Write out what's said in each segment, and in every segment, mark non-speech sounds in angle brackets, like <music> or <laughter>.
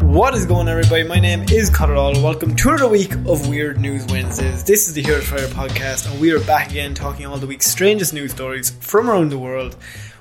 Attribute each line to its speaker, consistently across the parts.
Speaker 1: What is going on, everybody? My name is Connor All. Welcome to another week of Weird News Wednesdays. This is the Hero Fire podcast, and we are back again talking all the week's strangest news stories from around the world.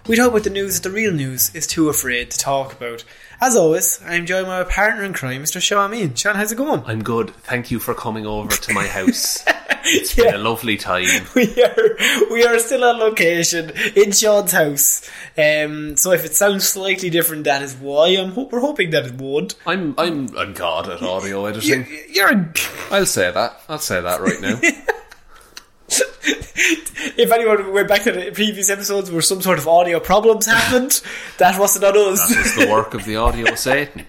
Speaker 1: We talk about the news that the real news is too afraid to talk about. As always, I am joined by my partner in crime, Mr. Sean Mean. Sean, how's it going? <laughs>
Speaker 2: I'm good. Thank you for coming over to my house. It's been a lovely time.
Speaker 1: we are we are still on location in Sean's house. Um, so if it sounds slightly different, that is why. I'm ho- we're hoping that it won't.
Speaker 2: I'm I'm I'm god at audio editing.
Speaker 1: You're a
Speaker 2: I'll say that. I'll say that right now.
Speaker 1: <laughs> if anyone went back to the previous episodes where some sort of audio problems
Speaker 2: <laughs>
Speaker 1: happened, that wasn't on us.
Speaker 2: It's the work of the audio Satan.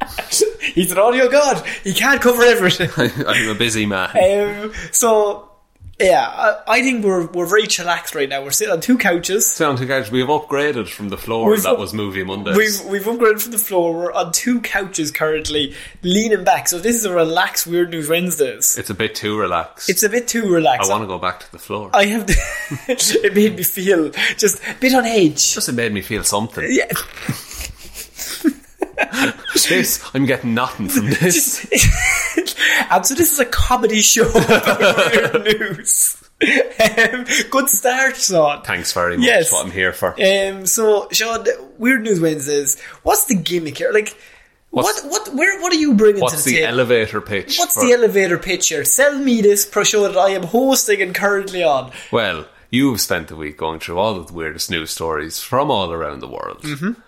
Speaker 1: <laughs> He's an audio god. He can't cover
Speaker 2: <laughs>
Speaker 1: everything.
Speaker 2: <laughs> I'm a busy man.
Speaker 1: um, so, yeah, I, I think we're we're very chillaxed right now. We're sitting on two couches.
Speaker 2: Sound to catch. We've upgraded from the floor
Speaker 1: We've-
Speaker 2: that was Movie Mondays.
Speaker 1: We've we've upgraded from the floor. We're on two couches currently, leaning back. So this is a relaxed Weird News Wednesdays.
Speaker 2: it's a bit too relaxed.
Speaker 1: It's a bit too relaxed.
Speaker 2: I want to go back to the floor.
Speaker 1: I have. <laughs> it made me feel just a bit on edge.
Speaker 2: Just it made me feel something.
Speaker 1: Yeah.
Speaker 2: This I'm getting
Speaker 1: <laughs>
Speaker 2: nothing from this.
Speaker 1: and so this is a comedy show <laughs> about weird news. Um, good start, Sean.
Speaker 2: Thanks very much.
Speaker 1: Yes.
Speaker 2: What I'm here for.
Speaker 1: Um, so, Sean, Weird News Wednesdays. What's the gimmick here? Like,
Speaker 2: What's-
Speaker 1: what, what, where, what are you bringing to
Speaker 2: What's
Speaker 1: the,
Speaker 2: the
Speaker 1: table?
Speaker 2: elevator pitch?
Speaker 1: What's
Speaker 2: for-
Speaker 1: the elevator pitch here? Sell me this pro show that I am hosting and currently on.
Speaker 2: Well, you've spent the week going through all of the weirdest news stories from all around the world. Mm-hmm.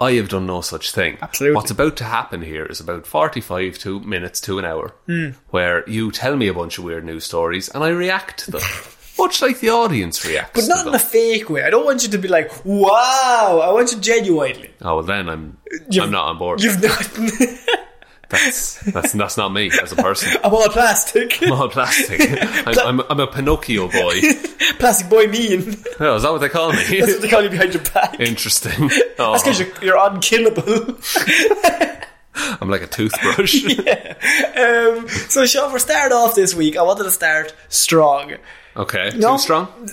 Speaker 2: I have done no such thing.
Speaker 1: Absolutely.
Speaker 2: What's about to happen here is about 45 to minutes to an hour,
Speaker 1: Hmm.
Speaker 2: where you tell me a bunch of weird news stories and I react to them. <laughs> Much like the audience reacts
Speaker 1: But
Speaker 2: to
Speaker 1: not in
Speaker 2: them.
Speaker 1: a fake way. I don't want you to be like, wow. I want you genuinely.
Speaker 2: oh, well, then I'm,
Speaker 1: You've-
Speaker 2: I'm not on board.
Speaker 1: You've not. <laughs>
Speaker 2: That's, that's, that's not me as a person.
Speaker 1: I'm all plastic.
Speaker 2: I'm
Speaker 1: <laughs>
Speaker 2: all plastic. I'm, I'm, I'm a Pinocchio boy.
Speaker 1: plastic boy mean. <laughs>
Speaker 2: Oh, is that what they call me?
Speaker 1: That's what they call you behind your back.
Speaker 2: <laughs> Interesting.
Speaker 1: That's because
Speaker 2: Oh,
Speaker 1: you're, you're unkillable. <laughs>
Speaker 2: I'm like a toothbrush.
Speaker 1: um, so, Sean, we're starting off this week. I wanted to start strong.
Speaker 2: Okay.
Speaker 1: No.
Speaker 2: Too strong?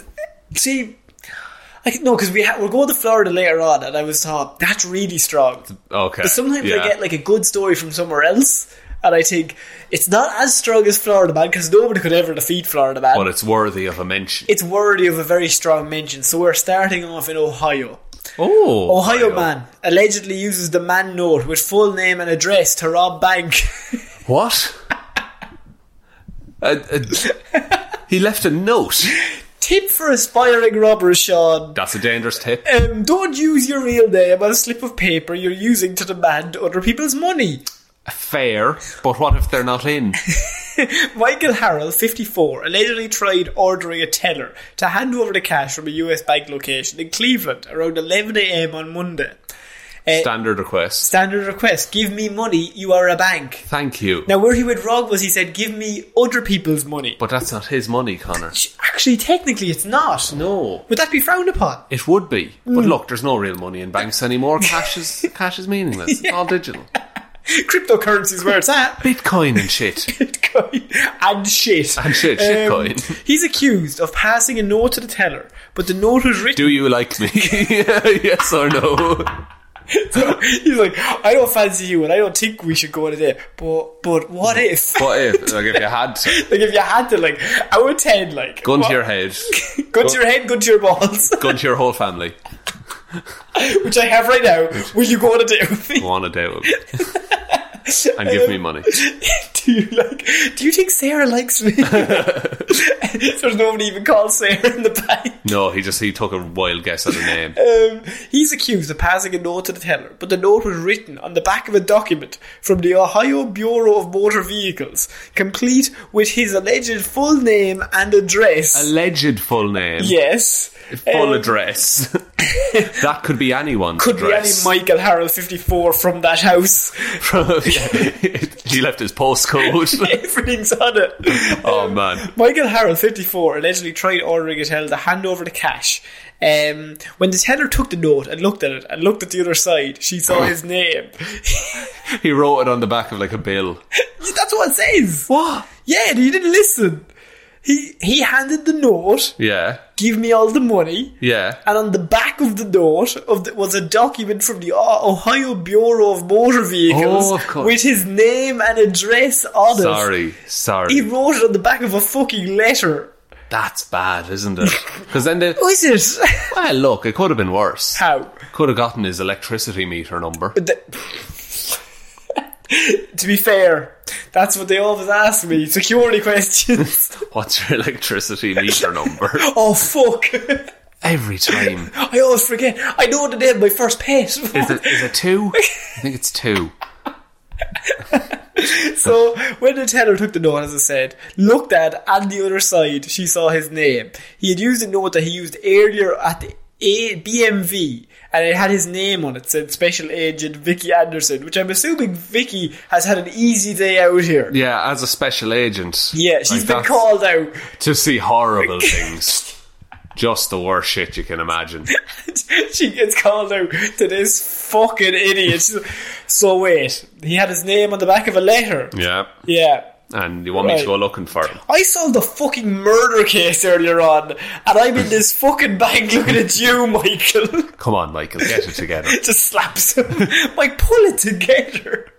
Speaker 1: See, I, no, because we ha- we're going to Florida later on, and I was thought that's really strong.
Speaker 2: Okay.
Speaker 1: But sometimes
Speaker 2: yeah.
Speaker 1: I get like a good story from somewhere else, and I think it's not as strong as Florida Man because nobody could ever defeat Florida Man.
Speaker 2: but it's worthy of a mention.
Speaker 1: it's worthy of a very strong mention. So we're starting off in Ohio.
Speaker 2: oh,
Speaker 1: Ohio, man allegedly uses the man note with full name and address to rob bank. <laughs>
Speaker 2: What? A- a- <laughs> he left a note.
Speaker 1: Tip for aspiring robbers, Sean.
Speaker 2: That's a dangerous tip.
Speaker 1: Um, don't use your real name on a slip of paper you're using to demand other people's money.
Speaker 2: Fair, but what if they're
Speaker 1: <laughs>
Speaker 2: not in?
Speaker 1: Michael Harrell, 54, allegedly tried ordering a teller to hand over the cash from a US bank location in Cleveland around 11am on Monday. Eh.
Speaker 2: Standard request.
Speaker 1: Standard request, give me money, you are a bank.
Speaker 2: Thank you.
Speaker 1: Now, where he went wrong was he said, give me other people's money.
Speaker 2: But that's not his money, Connor.
Speaker 1: Sh- Actually, technically, it's not.
Speaker 2: No.
Speaker 1: Would that be frowned upon? <laughs>
Speaker 2: It would be.
Speaker 1: Hmm.
Speaker 2: But look, there's no real money in banks anymore.
Speaker 1: <laughs>
Speaker 2: Cash is cash is meaningless. It's All digital.
Speaker 1: Cryptocurrency's where it's at.
Speaker 2: Bitcoin and shit.
Speaker 1: Bitcoin and shit. Um,
Speaker 2: And shit, shitcoin.
Speaker 1: He's accused of passing a note to the teller, but the note was written.
Speaker 2: Do you like me? <laughs> yes or no?
Speaker 1: <laughs> He's like, I don't fancy you, and I don't think we should go into there. But but what if? <laughs>
Speaker 2: What if? Like if you had to
Speaker 1: Like if you had to, like out of ten, like
Speaker 2: gun
Speaker 1: what-
Speaker 2: to
Speaker 1: <laughs>
Speaker 2: your head.
Speaker 1: gun to your head, gun to your balls, <laughs>
Speaker 2: Gun to your whole family.
Speaker 1: which I have right now. Will you go on a date with me? Um,
Speaker 2: Go on a date with me. and give me money.
Speaker 1: <laughs> do you like? Do you think Sarah likes
Speaker 2: <laughs>
Speaker 1: me? <laughs> There's nobody even called Sarah in the bank.
Speaker 2: No, he just he took a wild guess at the name.
Speaker 1: Um, he's accused of passing a note to the teller, but the note was written on the back of a document from the Ohio Bureau of Motor Vehicles, complete with his alleged full name and address.
Speaker 2: Alleged full name.
Speaker 1: yes.
Speaker 2: Full
Speaker 1: Um,
Speaker 2: address. <laughs> that could be anyone's
Speaker 1: Could be any
Speaker 2: address. <laughs>
Speaker 1: Michael Harrell 54 from that house. <laughs>
Speaker 2: he left his postcode.
Speaker 1: <laughs> Everything's on it.
Speaker 2: oh man.
Speaker 1: Michael Harrell, 54, allegedly tried ordering a teller to hand over the cash. Um, when the teller took the note and looked at it and looked at the other side, she saw his name.
Speaker 2: He wrote it on the back of like a bill.
Speaker 1: That's what it says.
Speaker 2: What?
Speaker 1: Yeah, he didn't listen. He he handed the note,
Speaker 2: Yeah.
Speaker 1: give me all the money,
Speaker 2: Yeah.
Speaker 1: and on the back of the note of the, was a document from the O- Ohio Bureau of Motor Vehicles
Speaker 2: Oh, of course.
Speaker 1: with his name and address on it.
Speaker 2: Sorry. Sorry.
Speaker 1: He wrote it on the back of a fucking letter.
Speaker 2: That's bad, isn't
Speaker 1: <laughs>
Speaker 2: it? Because then they.
Speaker 1: Who is it?
Speaker 2: Well, look, it could have been worse.
Speaker 1: How?
Speaker 2: Could have gotten his electricity meter number.
Speaker 1: The- <laughs> to be fair, that's what they always ask me. Security <laughs> questions.
Speaker 2: What's your electricity
Speaker 1: <laughs>
Speaker 2: meter number?
Speaker 1: oh fuck! <laughs>
Speaker 2: Every time.
Speaker 1: I always forget. I know the name of my first pet.
Speaker 2: Is it, is it two? I think it's two.
Speaker 1: so when the teller took the note, as I said, looked at on the other side, she saw his name. He had used a note that he used earlier at the a- BMV, and it had his name on it. Said Special Agent Vicky Anderson, which I'm assuming Vicky has had an easy day out here.
Speaker 2: Yeah, as a special agent.
Speaker 1: Yeah, she's
Speaker 2: Like,
Speaker 1: been
Speaker 2: that's-
Speaker 1: called out. <laughs>
Speaker 2: To see horrible things. Just the worst shit you can imagine.
Speaker 1: she gets called out to this fucking idiot. She's like, so wait, he had his name on the back of a letter.
Speaker 2: Yeah.
Speaker 1: Yeah.
Speaker 2: And you want me
Speaker 1: Right.
Speaker 2: to go looking for him?
Speaker 1: I solved a fucking murder case earlier on, and I'm in this fucking bank <laughs> looking at you, Michael. <laughs>
Speaker 2: Come on, Michael, get it together.
Speaker 1: Just slaps him. <laughs> Like, pull it together.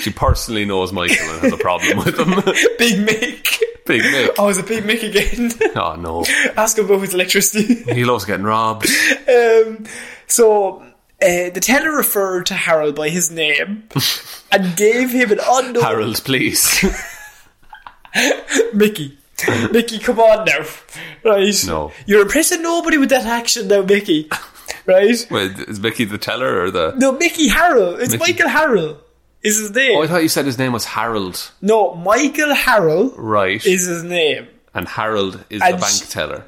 Speaker 2: She personally knows Michael and has a problem with him. <laughs>
Speaker 1: Big Mick.
Speaker 2: Big Mick.
Speaker 1: Oh, is it Big Mick again? <laughs>
Speaker 2: <laughs> Oh no.
Speaker 1: Ask him about his electricity. <laughs>
Speaker 2: He loves getting robbed.
Speaker 1: Um, so uh, the teller referred to Harold by his
Speaker 2: <laughs>
Speaker 1: name and gave him an unknown
Speaker 2: Harold, please. <laughs>
Speaker 1: Mickey. Mickey, come on now, right?
Speaker 2: No.
Speaker 1: you're impressing nobody with that action now, Mickey. Right?
Speaker 2: Wait, is Mickey the teller or the.
Speaker 1: No, Mickey Harrell. It's
Speaker 2: Mickey.
Speaker 1: Michael Harrell. Is his name?
Speaker 2: Oh, I thought you said his name was Harold.
Speaker 1: no, Michael Harrell
Speaker 2: Right.
Speaker 1: is his name.
Speaker 2: and Harold is
Speaker 1: And
Speaker 2: the bank
Speaker 1: sh-
Speaker 2: teller.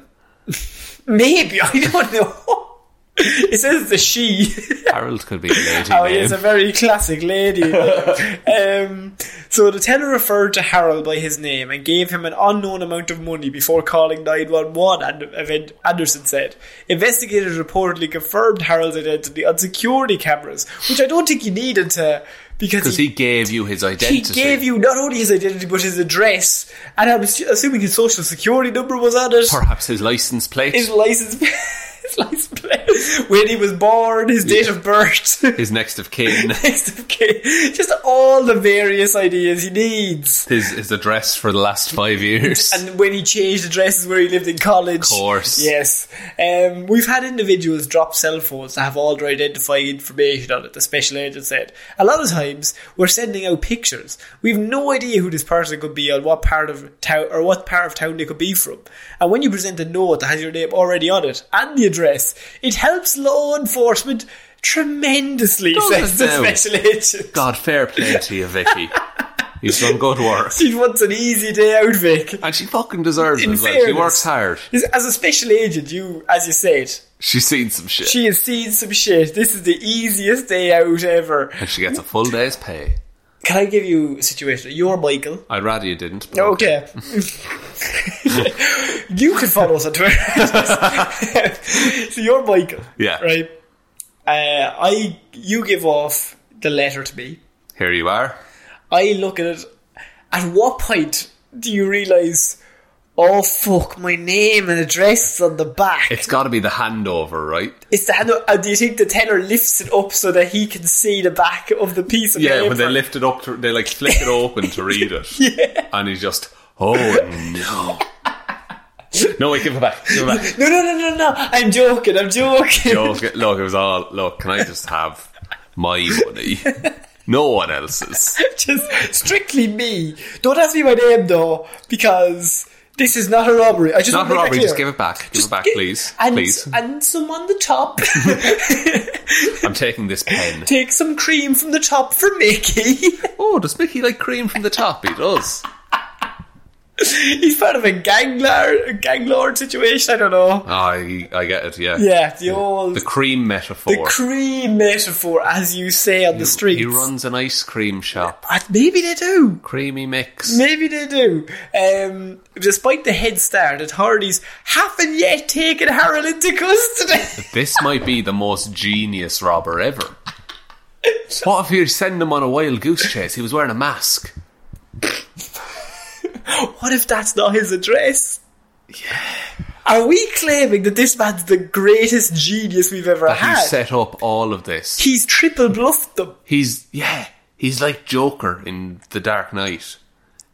Speaker 1: Maybe <laughs> I don't know. It says the she. <laughs>
Speaker 2: Harold could be a lady.
Speaker 1: Oh,
Speaker 2: name.
Speaker 1: he is a very classic
Speaker 2: <laughs>
Speaker 1: lady. um, so the teller referred to Harold by his name and gave him an unknown amount of money before calling 911, and event- Anderson said. Investigators reportedly confirmed Harold's identity on security cameras, which I don't think you needed to, because
Speaker 2: Because
Speaker 1: he,
Speaker 2: he gave you his
Speaker 1: he
Speaker 2: identity.
Speaker 1: gave you not only his identity, but his address, and I'm assu- assuming his social security number was on it.
Speaker 2: Perhaps his license plate,
Speaker 1: His
Speaker 2: his,
Speaker 1: license... <laughs> His license plate, when he was born, his date of birth, <laughs>
Speaker 2: next of kin,
Speaker 1: next of kin. Just all the various ideas he needs.
Speaker 2: his, his address for the last five years.
Speaker 1: And when he changed addresses where he lived in college. Of
Speaker 2: course.
Speaker 1: Yes. Um, we've had individuals drop cell phones to have all their identifying information on it, the special agent said. A lot of times, we're sending out pictures. We've no idea who this person could be or what part of town or what part of town they could be from. And when you present a note that has your name already on it and the address, it helps law enforcement tremendously,
Speaker 2: Does
Speaker 1: says the
Speaker 2: it now?
Speaker 1: special agent.
Speaker 2: God, fair play to
Speaker 1: <laughs>
Speaker 2: you, Vicky. He's done good work.
Speaker 1: She wants an easy day out, Vic.
Speaker 2: And she fucking deserves it
Speaker 1: In
Speaker 2: as well. She
Speaker 1: fairness.
Speaker 2: works hard.
Speaker 1: As a special agent, you, as you said,
Speaker 2: She's seen some shit.
Speaker 1: she has seen some shit. This is the easiest day out ever.
Speaker 2: and she gets a full day's pay.
Speaker 1: Can I give you a situation? You're Michael.
Speaker 2: I'd rather you didn't. but
Speaker 1: Okay. <laughs> you can follow us on Twitter. <laughs> so you're Michael.
Speaker 2: Yeah.
Speaker 1: Right. Uh, I, you give off the letter to me.
Speaker 2: Here you are.
Speaker 1: I look at it. At what point do you realise? Oh fuck! My name and address is on the back.
Speaker 2: It's got to be the handover, right?
Speaker 1: It's the handle. Uh, do you think the tenor lifts it up so that he can see the back of the piece of
Speaker 2: Yeah,
Speaker 1: paper?
Speaker 2: when they lift it up, to, they like flip it open to
Speaker 1: <laughs>
Speaker 2: read it. yeah. And he's just, oh no. no, wait, give it back. Give it back.
Speaker 1: No, no, no, no, no! I'm joking. I'm joking.
Speaker 2: Look, look, it was all, look, can I just have my money? No one else's.
Speaker 1: <laughs> Just strictly me. Don't ask me my name though, because this is not a robbery. I just want
Speaker 2: Not
Speaker 1: to make that
Speaker 2: robbery,
Speaker 1: clear.
Speaker 2: just give it back. Give it back,
Speaker 1: Gi-
Speaker 2: please.
Speaker 1: And,
Speaker 2: please.
Speaker 1: and some on the
Speaker 2: <laughs>
Speaker 1: top. <laughs>
Speaker 2: I'm taking this pen.
Speaker 1: Take some cream from the top for Mickey. <laughs>
Speaker 2: Oh, does Mickey like cream from the top? He does.
Speaker 1: He's part of a ganglord, ganglord situation. I don't know.
Speaker 2: I Ah, I get it. Yeah.
Speaker 1: Yeah, the old
Speaker 2: The cream metaphor.
Speaker 1: the cream metaphor, as you say on the streets.
Speaker 2: He runs an ice cream shop.
Speaker 1: Uh, Maybe they do.
Speaker 2: Creamy mix.
Speaker 1: Maybe they do. Um, despite the head start, authorities haven't yet taken Harold into custody. <laughs>
Speaker 2: This might be the most genius robber ever. What if you send him on a wild goose chase? He was wearing a mask.
Speaker 1: what if that's not his address? Yeah. Are we claiming that this man's the greatest genius we've ever
Speaker 2: That he
Speaker 1: had?
Speaker 2: set up all of this.
Speaker 1: He's triple bluffed them.
Speaker 2: He's yeah. He's like Joker in The Dark Knight.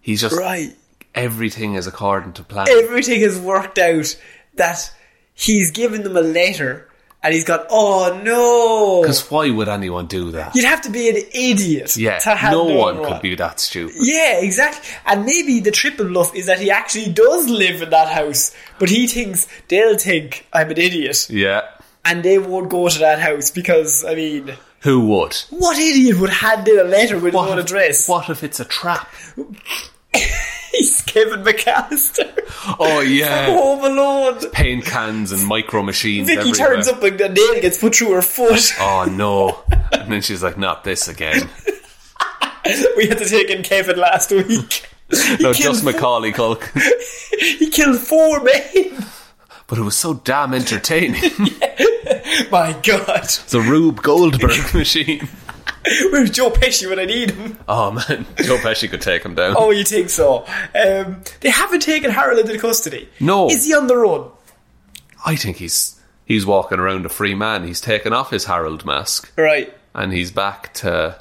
Speaker 2: He's just
Speaker 1: Right.
Speaker 2: everything is according to plan.
Speaker 1: Everything has worked out that he's given them a letter and he's gone, oh no.
Speaker 2: Because why would anyone do that?
Speaker 1: You'd have to be an idiot
Speaker 2: Yeah,
Speaker 1: to have
Speaker 2: no
Speaker 1: known
Speaker 2: one
Speaker 1: what.
Speaker 2: could be that stupid.
Speaker 1: Yeah, exactly. And maybe the triple bluff is that he actually does live in that house, but he thinks they'll think I'm an idiot
Speaker 2: Yeah,
Speaker 1: and they won't go to that house because, I mean,
Speaker 2: who would?
Speaker 1: what idiot would hand in a letter with
Speaker 2: What
Speaker 1: no
Speaker 2: if-
Speaker 1: address?
Speaker 2: What if it's a trap?
Speaker 1: He's Kevin McAllister.
Speaker 2: Oh
Speaker 1: <laughs>
Speaker 2: yeah,
Speaker 1: Home Alone.
Speaker 2: paint cans and micro machines.
Speaker 1: Vicky
Speaker 2: everywhere.
Speaker 1: turns up and the nail gets put through her foot.
Speaker 2: Oh no! And then she's like, "Not this again."
Speaker 1: <laughs> we had to take in Kevin last week. He
Speaker 2: No,
Speaker 1: killed
Speaker 2: just Macaulay Culkin. <laughs>
Speaker 1: He killed four men. <laughs>
Speaker 2: But it was so damn entertaining. <laughs>
Speaker 1: My God.
Speaker 2: It's a Rube Goldberg <laughs> machine.
Speaker 1: Where's Joe Pesci when I need him?
Speaker 2: Oh man, Joe Pesci could take him down.
Speaker 1: Oh, you think so? Um, they haven't taken Harold into custody.
Speaker 2: No.
Speaker 1: Is he on the run?
Speaker 2: I think he's he's walking around a free man. He's taken off his Harold mask
Speaker 1: Right.
Speaker 2: and he's back to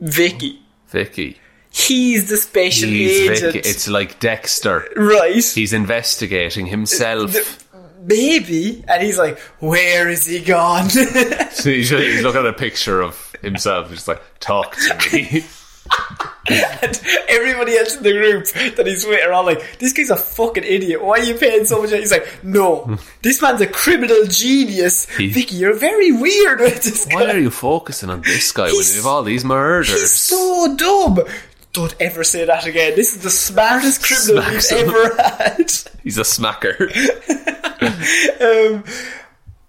Speaker 1: Vicky.
Speaker 2: Vicky.
Speaker 1: He's the special
Speaker 2: He's
Speaker 1: agent.
Speaker 2: Vicky. It's like Dexter.
Speaker 1: right.
Speaker 2: He's investigating himself.
Speaker 1: Maybe. And he's like, where is he gone? <laughs>
Speaker 2: So <laughs> he's, he's looking at a picture of himself. He's like, "Talk
Speaker 1: <laughs>
Speaker 2: to me."
Speaker 1: and everybody else in the group that he's with are all like, this guy's a fucking idiot. Why are you paying so much? He's like,
Speaker 2: <laughs>
Speaker 1: no. this man's a criminal genius. Vicky, you're very weird with this guy.
Speaker 2: Why are you focusing on this guy when
Speaker 1: He's-
Speaker 2: you have all these murders?
Speaker 1: He's so dumb. Don't ever say that again. This is the smartest criminal
Speaker 2: Smacks
Speaker 1: we've
Speaker 2: him.
Speaker 1: ever had.
Speaker 2: He's a smacker.
Speaker 1: Um,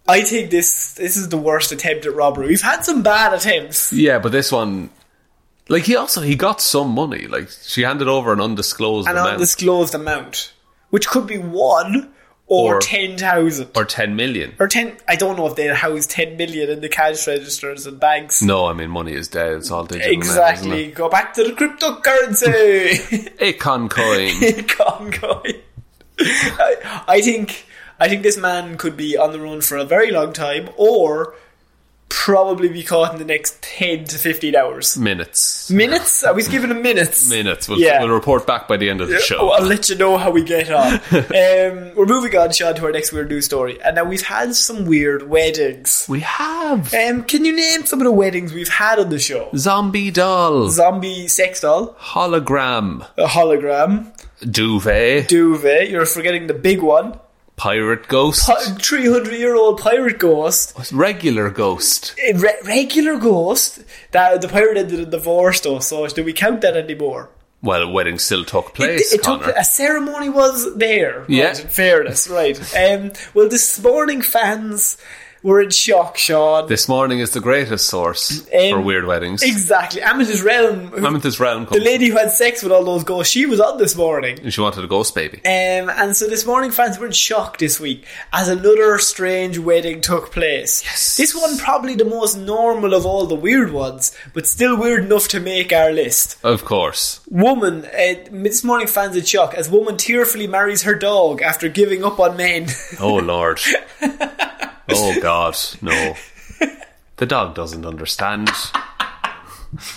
Speaker 1: I think this this is the worst attempt at robbery. We've had some bad attempts.
Speaker 2: yeah, but this one, like he also he got some money. Like she handed over an undisclosed
Speaker 1: An
Speaker 2: amount
Speaker 1: undisclosed amount, which could be one or,
Speaker 2: Or-
Speaker 1: ten thousand
Speaker 2: or ten million.
Speaker 1: or ten. I don't know if they house ten million in the cash registers and banks.
Speaker 2: No, I mean money is dead. It's all digital. now, isn't
Speaker 1: exactly. Go back to the cryptocurrency. <laughs>
Speaker 2: it? Acorn coin.
Speaker 1: Concoy. I, I think I think this man could be on the run for a very long time, or probably be caught in the next ten to fifteen hours.
Speaker 2: minutes.
Speaker 1: Minutes? I was giving him minutes.
Speaker 2: Minutes. We'll,
Speaker 1: Yeah.
Speaker 2: we'll report back by the end of the show.
Speaker 1: Oh, I'll let you know how we get on. um, we're moving on, Sean, to our next weird news story. And now we've had some weird weddings.
Speaker 2: we have
Speaker 1: Um, can you name some of the weddings we've had on the show?
Speaker 2: zombie doll,
Speaker 1: Zombie sex doll,
Speaker 2: hologram,
Speaker 1: a hologram,
Speaker 2: duvet,
Speaker 1: duvet. You're forgetting the big one.
Speaker 2: pirate ghost,
Speaker 1: Three hundred year old pirate ghost,
Speaker 2: regular ghost.
Speaker 1: a re- regular ghost. That the pirate ended in divorce, though. So do we count that anymore?
Speaker 2: Well, the wedding still took
Speaker 1: It-
Speaker 2: place.
Speaker 1: it, took
Speaker 2: Connor.
Speaker 1: a ceremony was there. Right,
Speaker 2: Yeah.
Speaker 1: in fairness, right. Um, well, this morning fans were in shock, Sean.
Speaker 2: This morning is the greatest source for
Speaker 1: Um,
Speaker 2: weird weddings.
Speaker 1: exactly, Amethyst Realm. who-
Speaker 2: Mammoth's realm
Speaker 1: the
Speaker 2: comes
Speaker 1: lady who had sex with all those ghosts, she was on this morning.
Speaker 2: and she wanted a ghost baby.
Speaker 1: Um, and so this morning, fans were in shock this week as another strange wedding took place. Yes. This one probably the most normal of all the weird ones, but still weird enough to make our list.
Speaker 2: Of course.
Speaker 1: Woman, uh, this morning, fans in shock as woman tearfully marries her dog after giving up on men. <laughs>
Speaker 2: Oh lord. oh god, no. The dog doesn't understand.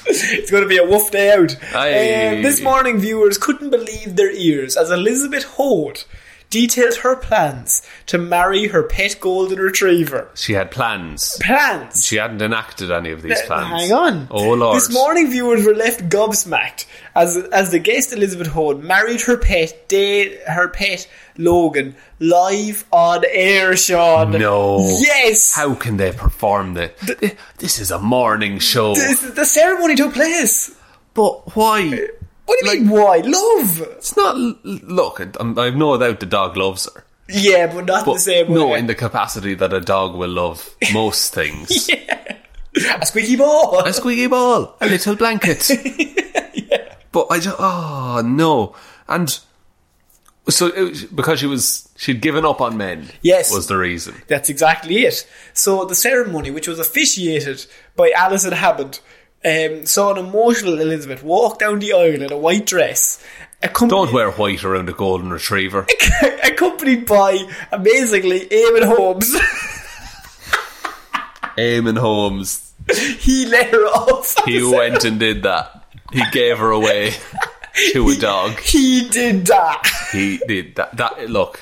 Speaker 1: it's going to be a woof day out.
Speaker 2: Aye.
Speaker 1: Um, this morning, viewers couldn't believe their ears as Elizabeth Hoad detailed her plans to marry her pet golden retriever.
Speaker 2: She had plans.
Speaker 1: Plans. Eh,
Speaker 2: She hadn't enacted any of these plans.
Speaker 1: Hang on.
Speaker 2: Oh lord.
Speaker 1: This morning, viewers were left gobsmacked as as the guest Elizabeth Hoad married her pet, day, her pet Logan, live on air. Sean,
Speaker 2: No.
Speaker 1: yes,
Speaker 2: How can they perform this? This is a morning show.
Speaker 1: This- the ceremony took place.
Speaker 2: But why?
Speaker 1: What do you mean? Why love?
Speaker 2: It's not. l- Look, I'm- I've no doubt the dog loves her.
Speaker 1: Yeah, but not
Speaker 2: But
Speaker 1: the same way.
Speaker 2: no, in the capacity that a dog will
Speaker 1: <laughs>
Speaker 2: love most things.
Speaker 1: a squeaky ball.
Speaker 2: A squeaky ball, a
Speaker 1: <laughs>
Speaker 2: little blanket. But I just, oh no. And so, it was- because she was, she'd given up on men.
Speaker 1: Yes.
Speaker 2: Was the reason.
Speaker 1: That's exactly it. So the ceremony, which was officiated by Alison Hammond, um, saw an emotional Elizabeth walk down the aisle in a white dress,
Speaker 2: Don't
Speaker 1: accompanied,
Speaker 2: wear white around a golden retriever.
Speaker 1: <laughs> accompanied by amazingly Eamon Holmes. <laughs>
Speaker 2: Eamon Holmes.
Speaker 1: he let her off. <laughs>
Speaker 2: He went and did that. He gave her away to a
Speaker 1: <laughs>
Speaker 2: dog.
Speaker 1: He did that. <laughs>
Speaker 2: He did that. that look.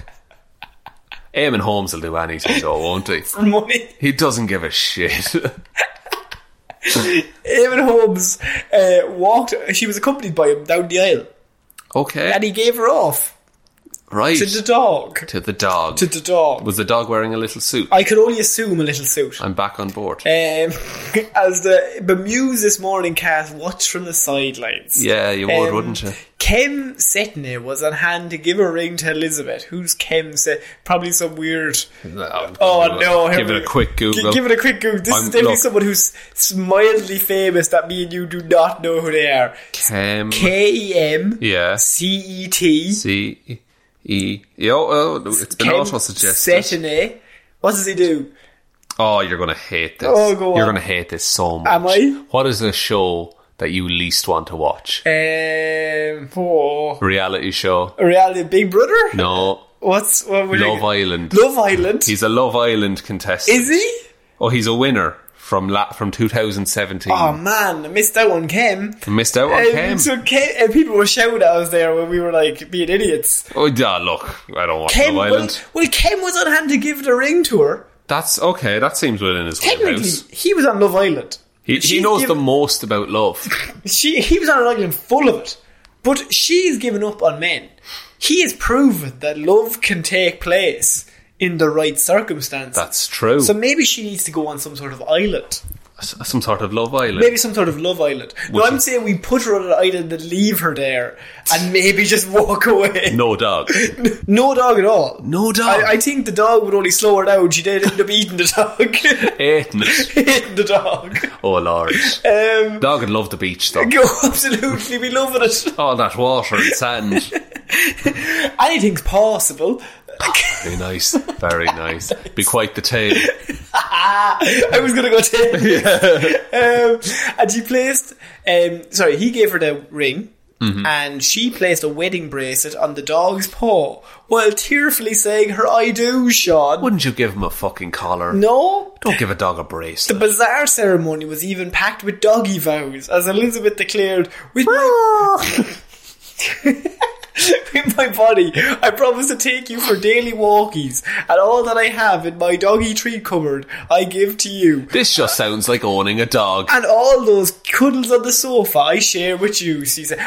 Speaker 2: Eamon Holmes will do anything though, won't he?
Speaker 1: for money.
Speaker 2: He doesn't give a shit. <laughs>
Speaker 1: Eamon Holmes uh, walked. She was accompanied by him down the aisle,
Speaker 2: okay.
Speaker 1: and he gave her off
Speaker 2: right.
Speaker 1: to the dog.
Speaker 2: To the dog.
Speaker 1: To the dog.
Speaker 2: Was the dog wearing a little suit?
Speaker 1: I could only assume a little suit.
Speaker 2: I'm back on board.
Speaker 1: Um, <laughs> as the bemused this morning cast watched from the sidelines.
Speaker 2: Yeah, you would,
Speaker 1: Um,
Speaker 2: wouldn't you?
Speaker 1: Kem Setne was on hand to give a ring to Elizabeth. Who's Kem Set? Probably some weird. Oh no! here
Speaker 2: Give
Speaker 1: we
Speaker 2: it a
Speaker 1: go.
Speaker 2: quick
Speaker 1: Gi-
Speaker 2: Google.
Speaker 1: Give it a quick Google. This
Speaker 2: I'm-
Speaker 1: is definitely
Speaker 2: look.
Speaker 1: someone who's s- mildly famous that me and you do not know who they are.
Speaker 2: Cam.
Speaker 1: K E M
Speaker 2: Yeah.
Speaker 1: C E T.
Speaker 2: C. E. Yo, oh, it's been auto suggested.
Speaker 1: Setne. What does he do?
Speaker 2: Oh, you're going to hate this.
Speaker 1: Oh, go
Speaker 2: You're
Speaker 1: on.
Speaker 2: going to hate this so much.
Speaker 1: Am I?
Speaker 2: What is a show that you least want to watch?
Speaker 1: Um, oh,
Speaker 2: Reality show?
Speaker 1: reality Big Brother.
Speaker 2: No.
Speaker 1: What's what would
Speaker 2: Love
Speaker 1: you-
Speaker 2: Island.
Speaker 1: Love Island.
Speaker 2: He's a Love Island contestant.
Speaker 1: Is he?
Speaker 2: Oh, he's a winner from la- from 2017.
Speaker 1: Oh man, I missed that one, Kem.
Speaker 2: Missed out on
Speaker 1: Um,
Speaker 2: Cam.
Speaker 1: So Kem, uh, people were shouting at us there when we were like being idiots.
Speaker 2: oh, yeah, look, I don't watch
Speaker 1: Kem,
Speaker 2: Love
Speaker 1: well,
Speaker 2: Island.
Speaker 1: well, Kem was on hand to give the ring to her.
Speaker 2: That's okay. That seems within his
Speaker 1: Technically,
Speaker 2: wheelhouse.
Speaker 1: he was on Love Island.
Speaker 2: He, he
Speaker 1: She's
Speaker 2: knows
Speaker 1: given-
Speaker 2: the most
Speaker 1: <laughs>
Speaker 2: about love.
Speaker 1: She, he was on an island full of it. But she's given up on men. He has proven that love can take place in the right circumstances.
Speaker 2: That's true.
Speaker 1: so maybe she needs to go on some sort of island.
Speaker 2: S- Some sort of love island.
Speaker 1: Maybe some sort of love island. No,
Speaker 2: Which
Speaker 1: I'm
Speaker 2: is-
Speaker 1: saying we put her on an island and leave her there and maybe just walk away. <laughs>
Speaker 2: No dog.
Speaker 1: No dog at all.
Speaker 2: No dog.
Speaker 1: I, I think the dog would only slow her down. She did end up eating the dog.
Speaker 2: <laughs> Eating it.
Speaker 1: Eating the dog. <laughs>
Speaker 2: Oh, Lord.
Speaker 1: Um,
Speaker 2: Dog would love the beach, though.
Speaker 1: go absolutely be loving it.
Speaker 2: All that water and sand.
Speaker 1: Anything's possible. <laughs>
Speaker 2: Very nice. Very nice. Be quite the tale.
Speaker 1: I was gonna go ten. <laughs> um, and she placed. Um, sorry, he gave her the ring,
Speaker 2: Mm-hmm.
Speaker 1: and she placed a wedding bracelet on the dog's paw while tearfully saying her "I do, Sean."
Speaker 2: Wouldn't you give him a fucking collar?
Speaker 1: No.
Speaker 2: Don't give a dog a brace.
Speaker 1: The bizarre ceremony was even packed with doggy vows, as Elizabeth declared, "With my, <laughs> with my body, I promise to take you for daily walkies, and all that I have in my doggy treat cupboard, I give to you."
Speaker 2: This just sounds like owning a dog.
Speaker 1: and all those cuddles on the sofa I share with you. She said,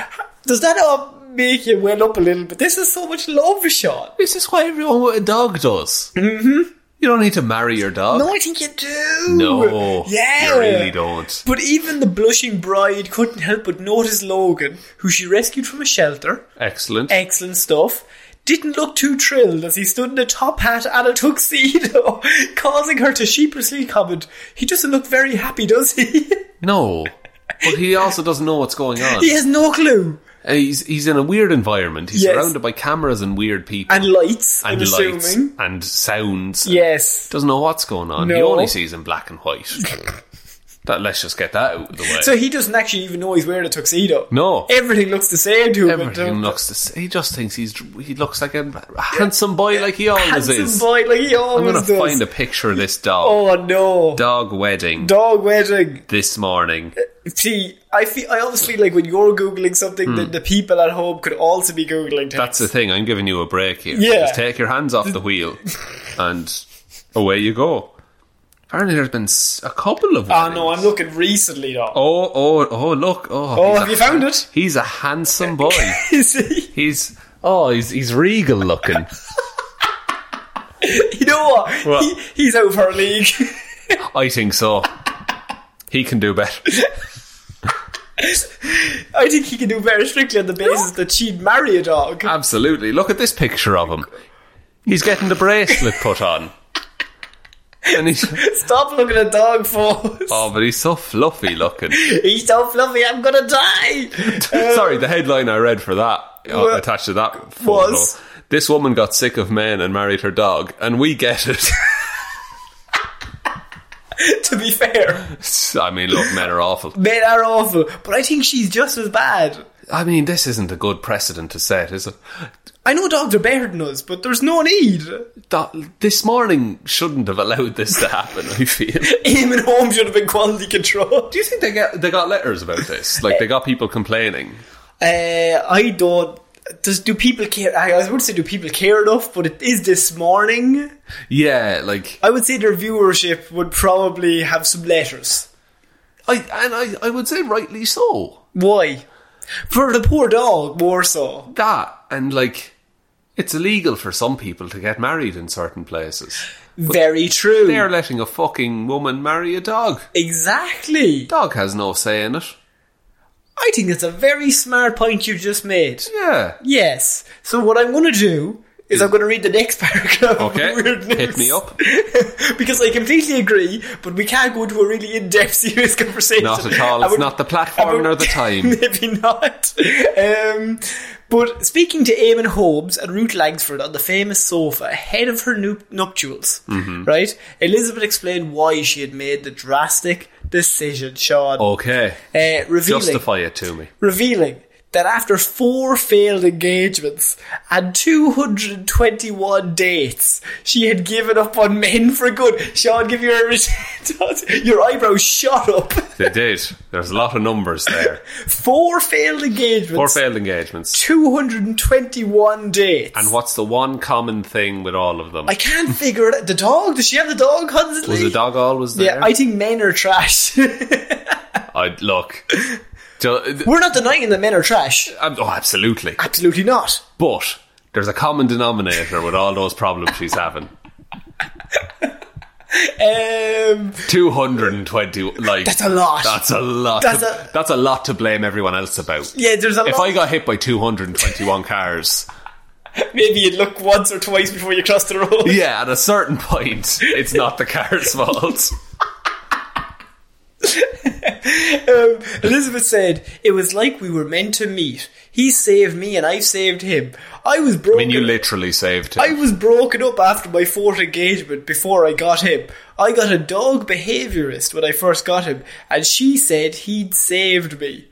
Speaker 1: "Does that all make you well up a little bit? This is so much love, Sean."
Speaker 2: This is why everyone what a dog does. Mm-hmm. You don't need to marry your dog.
Speaker 1: No, I think you do.
Speaker 2: No,
Speaker 1: yeah,
Speaker 2: you really don't.
Speaker 1: But even the blushing bride couldn't help but notice Logan, who she rescued from a shelter.
Speaker 2: Excellent.
Speaker 1: Excellent stuff. Didn't look too thrilled as he stood in a top hat and a tuxedo, <laughs> causing her to sheepishly comment, "He doesn't look very happy, does he? <laughs>
Speaker 2: No. But he also doesn't know what's going on.
Speaker 1: he has no clue."
Speaker 2: Uh, He's he's in a weird environment. He's
Speaker 1: Yes.
Speaker 2: surrounded by cameras and weird people
Speaker 1: And lights,
Speaker 2: and
Speaker 1: I'm
Speaker 2: lights
Speaker 1: assuming.
Speaker 2: and sounds. and
Speaker 1: Yes.
Speaker 2: doesn't know what's going on. He
Speaker 1: No.
Speaker 2: only sees in black
Speaker 1: <laughs>
Speaker 2: and white. that let's just get that out of the way.
Speaker 1: So he doesn't actually even know he's wearing a tuxedo.
Speaker 2: no,
Speaker 1: Everything looks the same to him.
Speaker 2: everything looks. The, s- he just thinks he's he looks like a handsome boy, like he always
Speaker 1: handsome
Speaker 2: is.
Speaker 1: boy, like he
Speaker 2: I'm
Speaker 1: always
Speaker 2: gonna
Speaker 1: does.
Speaker 2: find a picture of this dog
Speaker 1: oh no,
Speaker 2: dog wedding
Speaker 1: dog wedding.
Speaker 2: this morning.
Speaker 1: See, I feel I always feel like when you're googling something, the, the people at home could also be googling. Things.
Speaker 2: That's the thing. I'm giving you a break here.
Speaker 1: Yeah.
Speaker 2: Just take your
Speaker 1: <laughs>
Speaker 2: hands off the wheel, and away you go. Apparently, there's been s- a couple of.
Speaker 1: Oh no,
Speaker 2: weddings.
Speaker 1: I'm looking recently now. <laughs> Oh,
Speaker 2: Oh, oh, oh! Look, oh, he's
Speaker 1: have
Speaker 2: a-
Speaker 1: you found it?
Speaker 2: He's a handsome boy.
Speaker 1: See,
Speaker 2: he's oh, he's he's
Speaker 1: <laughs>
Speaker 2: regal looking.
Speaker 1: you know what?
Speaker 2: What?
Speaker 1: He, he's out of our league. <laughs> <laughs>
Speaker 2: I think so. He can do better.
Speaker 1: I think he can do better strictly on the basis that she'd marry a dog.
Speaker 2: Ah. Absolutely. Look at this picture of him. He's getting the bracelet put on.
Speaker 1: <laughs>
Speaker 2: And he's
Speaker 1: Stop looking at dog photos.
Speaker 2: Oh, but he's so fluffy
Speaker 1: <laughs>
Speaker 2: looking.
Speaker 1: He's so fluffy, I'm gonna die. <laughs>
Speaker 2: Sorry, the headline I read for that uh,
Speaker 1: Well,
Speaker 2: attached to that photo.
Speaker 1: was-
Speaker 2: This woman got sick of men and married her dog, and we get it. <laughs>
Speaker 1: to be fair,
Speaker 2: I mean, look, men are awful.
Speaker 1: men are awful, but I think she's just as bad.
Speaker 2: I mean, this isn't a good precedent to set, is it?
Speaker 1: I know dogs are better than us, but there's no need.
Speaker 2: That- this morning shouldn't have allowed this to happen. I feel.
Speaker 1: Aim and home should have been quality control.
Speaker 2: Do you think they get they got letters about <laughs> this? Like they got people complaining.
Speaker 1: Uh, I don't. Does do people care? I I would say do people care enough, but it is this morning.
Speaker 2: Yeah, like
Speaker 1: I would say their viewership would probably have some letters.
Speaker 2: I and I, I would say rightly so.
Speaker 1: Why? For the poor dog, more so.
Speaker 2: That and like it's illegal for some people to get married in certain places.
Speaker 1: Very true.
Speaker 2: They're letting a fucking woman marry a dog.
Speaker 1: exactly.
Speaker 2: Dog has no say in it.
Speaker 1: I think that's a very smart point you've just made.
Speaker 2: Yeah.
Speaker 1: Yes. So what I'm going to do is I'm going to read the next <laughs> paragraph. of
Speaker 2: <laughs> Okay,
Speaker 1: Weird News.
Speaker 2: hit me up.
Speaker 1: <laughs> because I completely agree, but we can't go into a really in-depth, <laughs> serious conversation.
Speaker 2: Not at all.
Speaker 1: I
Speaker 2: It's
Speaker 1: would-
Speaker 2: not the platform
Speaker 1: I would- <laughs>
Speaker 2: nor the time.
Speaker 1: Maybe not. Um, but speaking to Eamon Hobbs at Root Langsford on the famous sofa ahead of her nu- nuptials,
Speaker 2: Mm-hmm.
Speaker 1: right? Elizabeth explained why she had made the drastic decision, Sean.
Speaker 2: Oh, Okay.
Speaker 1: Uh, revealing,
Speaker 2: Justify it to me.
Speaker 1: revealing that after four failed engagements and 221 dates, she had given up on men for good. Sean, give your <laughs> your eyebrows shot up.
Speaker 2: They did. There's a lot of numbers there.
Speaker 1: Four failed engagements.
Speaker 2: Four failed engagements.
Speaker 1: 221 dates.
Speaker 2: And what's the one common thing with all of them?
Speaker 1: I can't figure it out. The dog? Does she have the dog constantly?
Speaker 2: Was the dog always there?
Speaker 1: Yeah, I think men are trash. <laughs>
Speaker 2: I'd <laughs> look. Ju-
Speaker 1: We're not denying that men are trash.
Speaker 2: Um, oh, absolutely.
Speaker 1: Absolutely not.
Speaker 2: But there's a common denominator with all those problems she's having.
Speaker 1: Um,
Speaker 2: 220, like...
Speaker 1: That's a lot.
Speaker 2: That's a lot.
Speaker 1: That's
Speaker 2: That's,
Speaker 1: a-
Speaker 2: a, that's a lot to blame everyone else about.
Speaker 1: yeah, there's a
Speaker 2: If
Speaker 1: lot.
Speaker 2: I got hit by 221 cars,
Speaker 1: Maybe you'd look once or twice before you cross the road.
Speaker 2: yeah, at a certain point, it's not
Speaker 1: <laughs>
Speaker 2: the car's fault.
Speaker 1: Um, Elizabeth said, It was like we were meant to meet. He saved me and I saved him. I was broken.
Speaker 2: I mean, you literally saved
Speaker 1: I
Speaker 2: him.
Speaker 1: was broken up after my fourth engagement before I got him. I got a dog behaviourist when I first got him, and she said he'd saved me.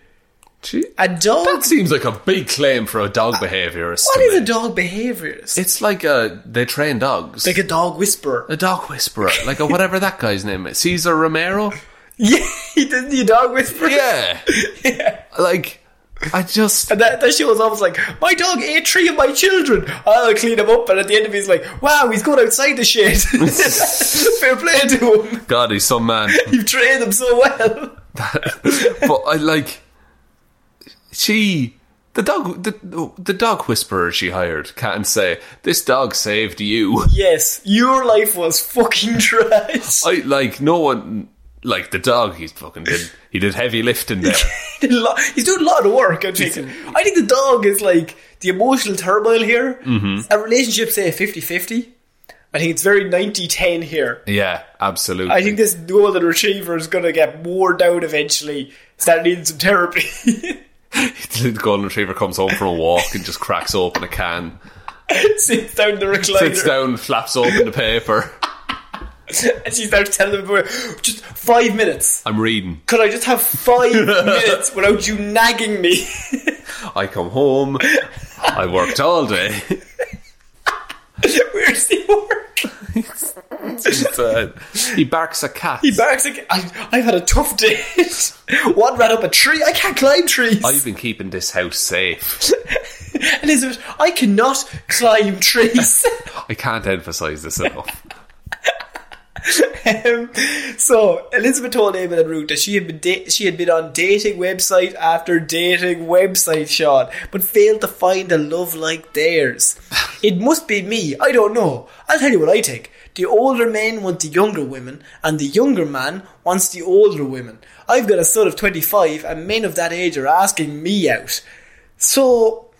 Speaker 2: Gee,
Speaker 1: A dog.
Speaker 2: that seems like a big claim for a dog behaviourist.
Speaker 1: what
Speaker 2: to
Speaker 1: is
Speaker 2: me.
Speaker 1: a dog behaviourist?
Speaker 2: It's like a, they train dogs.
Speaker 1: like a dog whisperer.
Speaker 2: <laughs>
Speaker 1: <laughs>
Speaker 2: a dog whisperer, like a whatever that guy's name is, Caesar Romero.
Speaker 1: <laughs> yeah, he didn't he a dog whisperer? <laughs>
Speaker 2: Yeah, like I just
Speaker 1: And that, that shit was almost like, my dog ate three of my children. I'll clean him up. And at the end of it, he's like, wow, he's gone outside the
Speaker 2: <laughs>
Speaker 1: shit. Fair play to him.
Speaker 2: <laughs> God, he's some man.
Speaker 1: You've trained him so well.
Speaker 2: but I like she the dog the the dog whisperer she hired can't say this dog saved you. <laughs>
Speaker 1: Yes, your life was fucking trash.
Speaker 2: I like no one like the dog. He's fucking did he did heavy lifting <laughs> there.
Speaker 1: did a lot- he's doing a lot of work. I'm thinking. I think the dog is like the emotional turmoil here. Mm-hmm. A relationship, say, 50 50. I think it's very 90 10 here.
Speaker 2: yeah, absolutely.
Speaker 1: I think this golden retriever is going to get wore down eventually, start needing some therapy. <laughs>
Speaker 2: the golden retriever comes home from a walk and just cracks open a can,
Speaker 1: Sits down in the recliner.
Speaker 2: sits down, flaps open the paper.
Speaker 1: <laughs> And she starts telling him, about, just five minutes.
Speaker 2: I'm reading.
Speaker 1: Could I just have five minutes without you nagging me? <laughs>
Speaker 2: I come home. I worked all day. <laughs>
Speaker 1: Where's the work?
Speaker 2: It's, uh, he barks a cat.
Speaker 1: He barks like, I, I've had a tough day. <laughs> One ran up a tree. I can't climb trees.
Speaker 2: I've been keeping this house safe.
Speaker 1: <laughs> Elizabeth, I cannot climb trees.
Speaker 2: I can't emphasise
Speaker 1: <laughs>
Speaker 2: this enough.
Speaker 1: um, so Elizabeth told Eamon and Ruth that she had been da- she had been on dating website after dating website, Sean, but failed to find a love like theirs. it must be me. I don't know. I'll tell you what I think. The older men want the younger women, and the younger man wants the older women. I've got a son of 25, and men of that age are asking me out. So,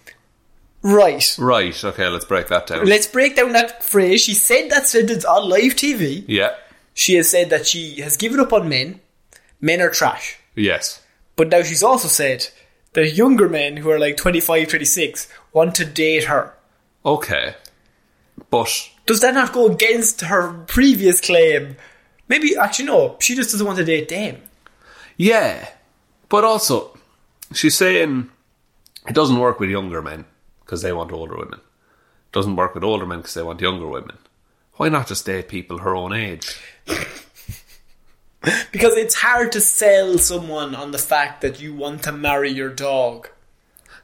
Speaker 1: right.
Speaker 2: Right, okay, let's break that down.
Speaker 1: Let's break down that phrase. She said that sentence on live TV.
Speaker 2: yeah,
Speaker 1: She has said that she has given up on men. Men are trash.
Speaker 2: yes.
Speaker 1: But now she's also said that younger men who are like 25, 26 want to date her.
Speaker 2: Okay. But,
Speaker 1: Does that not go against her previous claim? Maybe, actually, no, she just doesn't want to date them.
Speaker 2: yeah. But also, she's saying it doesn't work with younger men because they want older women. doesn't work with older men because they want younger women. Why not just date people her own age?
Speaker 1: Because it's hard to sell someone on the fact that you want to marry your dog.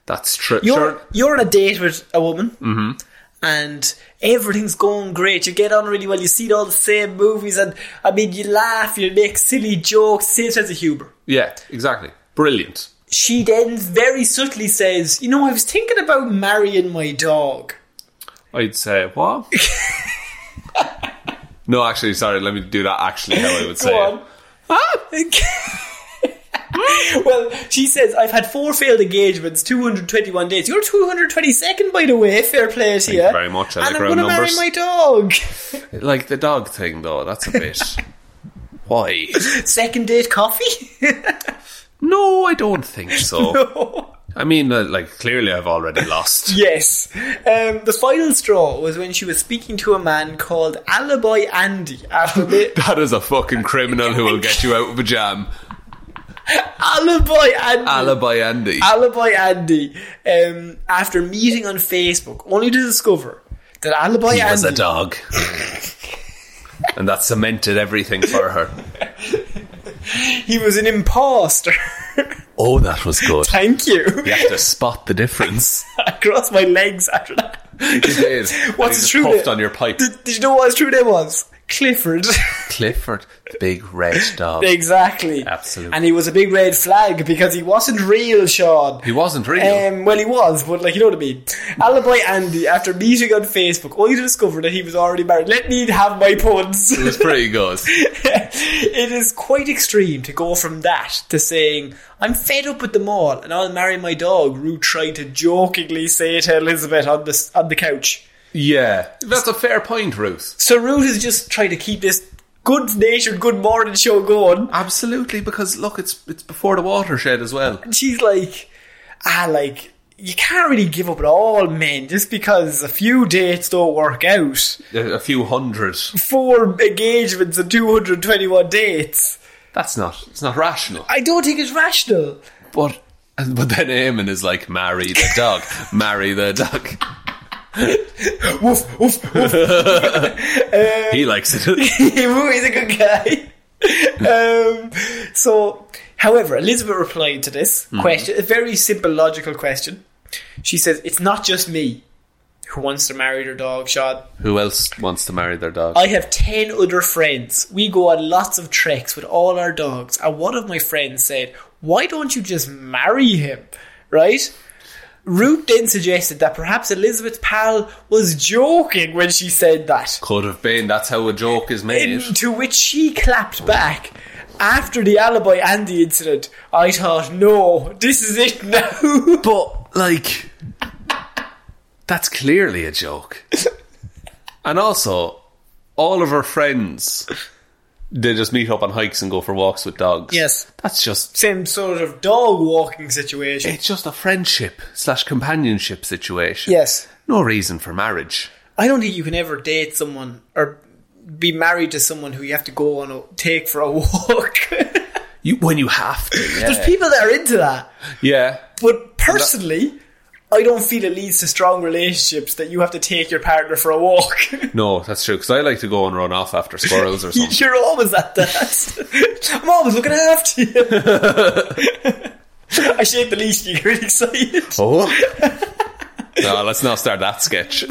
Speaker 2: That's true.
Speaker 1: You're,
Speaker 2: Sure. Mm-hmm.
Speaker 1: you're on a date with a woman, and everything's going great. You get on really well, you see all the same movies, and I mean, you laugh, you make silly jokes, same sense of humour.
Speaker 2: Yeah, exactly. Brilliant.
Speaker 1: she then very subtly says, You know, I was thinking about marrying my dog.
Speaker 2: I'd say
Speaker 1: <laughs>
Speaker 2: what? no, actually, sorry. Let me do that. Actually, how I would say
Speaker 1: Go on.
Speaker 2: it. Ah!
Speaker 1: <laughs> well, she says, I've had four failed engagements, 221 days. You're 222nd, by the way, fair play to you.
Speaker 2: you very much. I
Speaker 1: And
Speaker 2: like
Speaker 1: I'm
Speaker 2: round
Speaker 1: gonna marry
Speaker 2: numbers.
Speaker 1: my dog. <laughs>
Speaker 2: Like the dog thing, though. That's <laughs> a bit. Why?
Speaker 1: Second date coffee? <laughs>
Speaker 2: No, I don't think <laughs> so. I mean, uh, like clearly, I've already lost.
Speaker 1: yes. Um, the final straw was when she was speaking to a man called Alibi Andy after
Speaker 2: <laughs>
Speaker 1: the
Speaker 2: That is a fucking criminal who will get you out of a jam.
Speaker 1: Alibi Andy.
Speaker 2: Alibi Andy.
Speaker 1: Alibi Andy, um, after meeting on Facebook, only to discover that Alibi
Speaker 2: he was
Speaker 1: Andy
Speaker 2: a dog. and that cemented everything for her.
Speaker 1: he was an imposter. <laughs>
Speaker 2: Oh, that was good.
Speaker 1: Thank you.
Speaker 2: You have to spot the <laughs> difference.
Speaker 1: <laughs> I crossed my legs after that. <laughs>
Speaker 2: You did.
Speaker 1: What's
Speaker 2: You
Speaker 1: the
Speaker 2: just
Speaker 1: true
Speaker 2: puffed
Speaker 1: name?
Speaker 2: on your pipe.
Speaker 1: Did, did you know what his true name was?
Speaker 2: <laughs>
Speaker 1: Clifford. <laughs>
Speaker 2: Clifford, the big red dog.
Speaker 1: exactly.
Speaker 2: Absolutely.
Speaker 1: And he was a big red flag because he wasn't real, Sean.
Speaker 2: He wasn't real.
Speaker 1: Um, well, he was, but like you know what I mean. Alibi Andy, after meeting on Facebook, only to discover that he was already married. Let me have my puns.
Speaker 2: it was pretty good.
Speaker 1: <laughs> it is quite extreme to go from that to saying, I'm fed up with them all and I'll marry my dog, Rue tried to jokingly say to Elizabeth on the, on the couch.
Speaker 2: <laughs> Yeah. That's a fair point, Ruth.
Speaker 1: So Ruth is just trying to keep this good natured good morning show going.
Speaker 2: Absolutely, because look, it's it's before the watershed as well.
Speaker 1: And she's like, ah, like, you can't really give up on all men just because a few dates don't work out.
Speaker 2: A, a few hundred.
Speaker 1: Four engagements and 221 dates.
Speaker 2: That's not it's not rational.
Speaker 1: I don't think it's rational.
Speaker 2: But but then Eamon is like, marry the dog, marry the dog.
Speaker 1: Woof, woof, <laughs> woof.
Speaker 2: he likes it. <laughs>
Speaker 1: Woo is a good guy. um, so, however, Elizabeth replied to this question, a very simple logical question. She says, It's not just me who wants to marry their dog, Sean.
Speaker 2: Who else wants to marry their dog?
Speaker 1: I have 10 other friends. We go on lots of treks with all our dogs. And one of my friends said, Why don't you just marry him? Right? Root then suggested that perhaps Elizabeth's pal was joking when she said that.
Speaker 2: Could have been. That's how a joke is made.
Speaker 1: To which she clapped back. After the alibi and the incident, I thought, no, this is it now.
Speaker 2: But like, that's clearly a joke. and also, all of her friends, they just meet up on hikes and go for walks with dogs.
Speaker 1: Yes.
Speaker 2: that's just
Speaker 1: Same sort of dog walking situation.
Speaker 2: it's just a friendship slash companionship situation.
Speaker 1: Yes.
Speaker 2: no reason for marriage.
Speaker 1: I don't think you can ever date someone or be married to someone who you have to go on a take for a <laughs> walk.
Speaker 2: You when you have to. Yeah,
Speaker 1: There's people that are into that.
Speaker 2: yeah.
Speaker 1: But personally, I don't feel it leads to strong relationships that you have to take your partner for a walk. <laughs>
Speaker 2: No, that's true. Because I like to go and run off after squirrels or something.
Speaker 1: You're always at that. I'm always looking after you. <laughs> I shake the leash, you get really excited.
Speaker 2: <laughs> oh. No, let's not start that <laughs> sketch.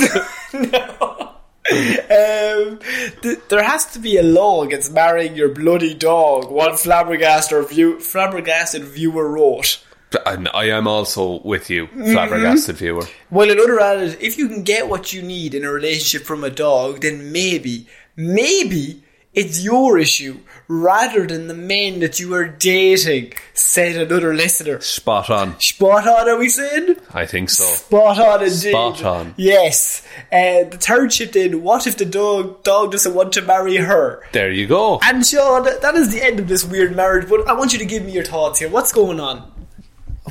Speaker 1: Um, th- there has to be a law against marrying your bloody dog, one flabbergasted, view- flabbergasted viewer wrote.
Speaker 2: And I am also with you, flabbergasted viewer.
Speaker 1: While another added, if you can get what you need in a relationship from a dog, then maybe, Maybe it's your issue rather than the men that you are dating, said another listener.
Speaker 2: Spot on.
Speaker 1: Spot on, are we saying?
Speaker 2: I think so.
Speaker 1: Spot on indeed.
Speaker 2: Spot on.
Speaker 1: Yes. Uh, the third shift in, what if the dog, dog doesn't want to marry her?
Speaker 2: There you go.
Speaker 1: And Sean, that- that is the end of this weird marriage, but I want you to give me your thoughts here. What's going on?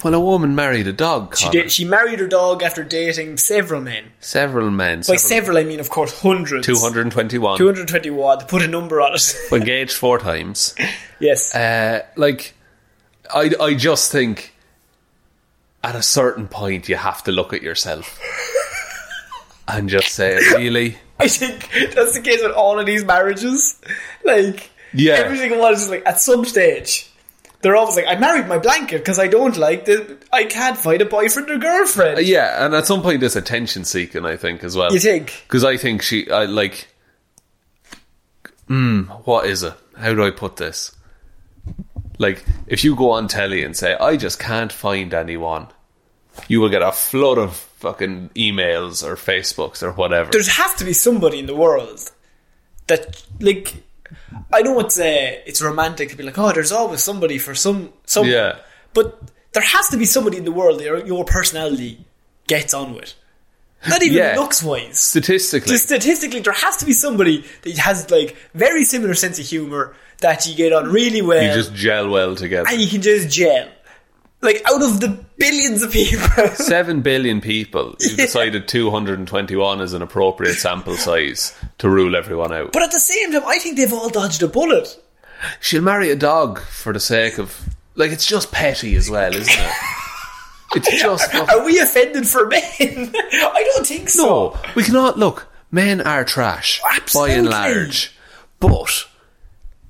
Speaker 2: Well, a woman married a dog.
Speaker 1: She,
Speaker 2: Connor.
Speaker 1: did, she married her dog after dating several men.
Speaker 2: Several men.
Speaker 1: By
Speaker 2: Several,
Speaker 1: several, I mean, of course, hundreds.
Speaker 2: 221.
Speaker 1: 221, to put a number on it. <laughs>
Speaker 2: Engaged four times.
Speaker 1: yes.
Speaker 2: Uh, like, I, I just think at a certain point you have to look
Speaker 1: <laughs>
Speaker 2: at yourself and just say, really?
Speaker 1: I think that's the case with all of these marriages. Like,
Speaker 2: Yeah.
Speaker 1: every single one is just like, at some stage, they're always like, I married my blanket because I don't like the, I can't find a boyfriend or girlfriend.
Speaker 2: Uh, yeah, and at some point there's attention seeking, I think, as well.
Speaker 1: You think?
Speaker 2: Because I think she, I like, mm, what is it? How do I put this? Like, if you go on telly and say, I just can't find anyone, you will get a flood of fucking emails or Facebooks or whatever.
Speaker 1: There's have to be somebody in the world that, like, I know it's, uh, it's romantic to be like, oh, there's always somebody for some, some,
Speaker 2: Yeah.
Speaker 1: but there has to be somebody in the world that your, your personality gets on with. Not even
Speaker 2: Yeah.
Speaker 1: looks wise.
Speaker 2: Statistically,
Speaker 1: Just statistically, there has to be somebody that has like very similar sense of humor that you get on really well,
Speaker 2: you just gel well together.
Speaker 1: and you can just gel. Like out of the billions of
Speaker 2: <laughs>
Speaker 1: people,
Speaker 2: Seven billion people,
Speaker 1: <laughs>
Speaker 2: you decided 221 is an appropriate sample size to rule everyone out.
Speaker 1: but at the same time, I think they've all dodged a bullet.
Speaker 2: She'll marry a dog for the sake of like it's just petty as well, isn't
Speaker 1: <laughs>
Speaker 2: it? It's just
Speaker 1: Are we offended for men? <laughs> I don't think so.
Speaker 2: no. We cannot look. Men are trash by
Speaker 1: Oh. Absolutely.
Speaker 2: and large, but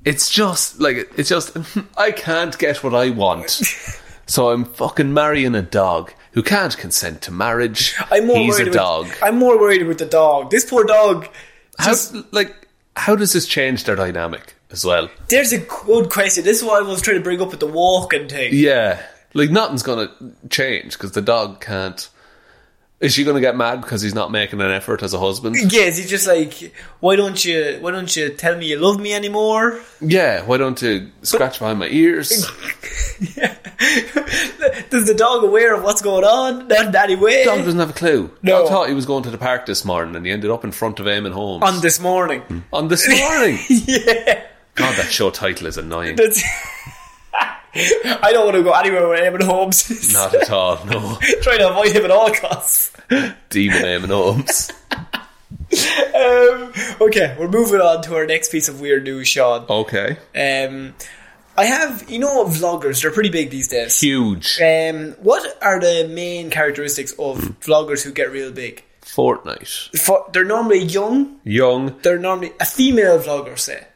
Speaker 2: it's just like it's just <laughs> I can't get what I want,
Speaker 1: <laughs>
Speaker 2: so I'm fucking marrying a dog who can't consent to marriage.
Speaker 1: I'm more
Speaker 2: He's
Speaker 1: worried
Speaker 2: a dog.
Speaker 1: With, I'm more worried with the dog. This poor dog.
Speaker 2: How,
Speaker 1: Just,
Speaker 2: like how does this change their dynamic as well?
Speaker 1: there's a good question. This is what I was trying to bring up with the walking thing.
Speaker 2: Yeah, like nothing's gonna change because the dog can't. Is she gonna get mad because he's not making an effort as a husband?
Speaker 1: Yes, he's just like, why don't you? Why don't you tell me you love me anymore?
Speaker 2: Yeah, why don't you scratch behind my ears?
Speaker 1: Is the dog aware of what's going on? <laughs> Not in any way.
Speaker 2: Dog doesn't have a clue.
Speaker 1: No.
Speaker 2: I thought he was going to the park this morning and he ended up in front of Eamon Holmes
Speaker 1: on this morning.
Speaker 2: On <laughs> this morning.
Speaker 1: yeah.
Speaker 2: God, that show title is annoying.
Speaker 1: That's I don't want to go anywhere with Eamon <laughs> Holmes.
Speaker 2: Not at all. <laughs> No,
Speaker 1: Trying to avoid him at all costs.
Speaker 2: demon Eamon <laughs> Holmes.
Speaker 1: Um, okay, we're moving on to our next piece of weird news, Sean.
Speaker 2: Okay,
Speaker 1: Um, I have, you know, vloggers, they're pretty big these days.
Speaker 2: huge
Speaker 1: Um, what are the main characteristics of vloggers who get real big?
Speaker 2: Fortnite.
Speaker 1: For, they're normally young,
Speaker 2: Young,
Speaker 1: they're normally a female vlogger, say,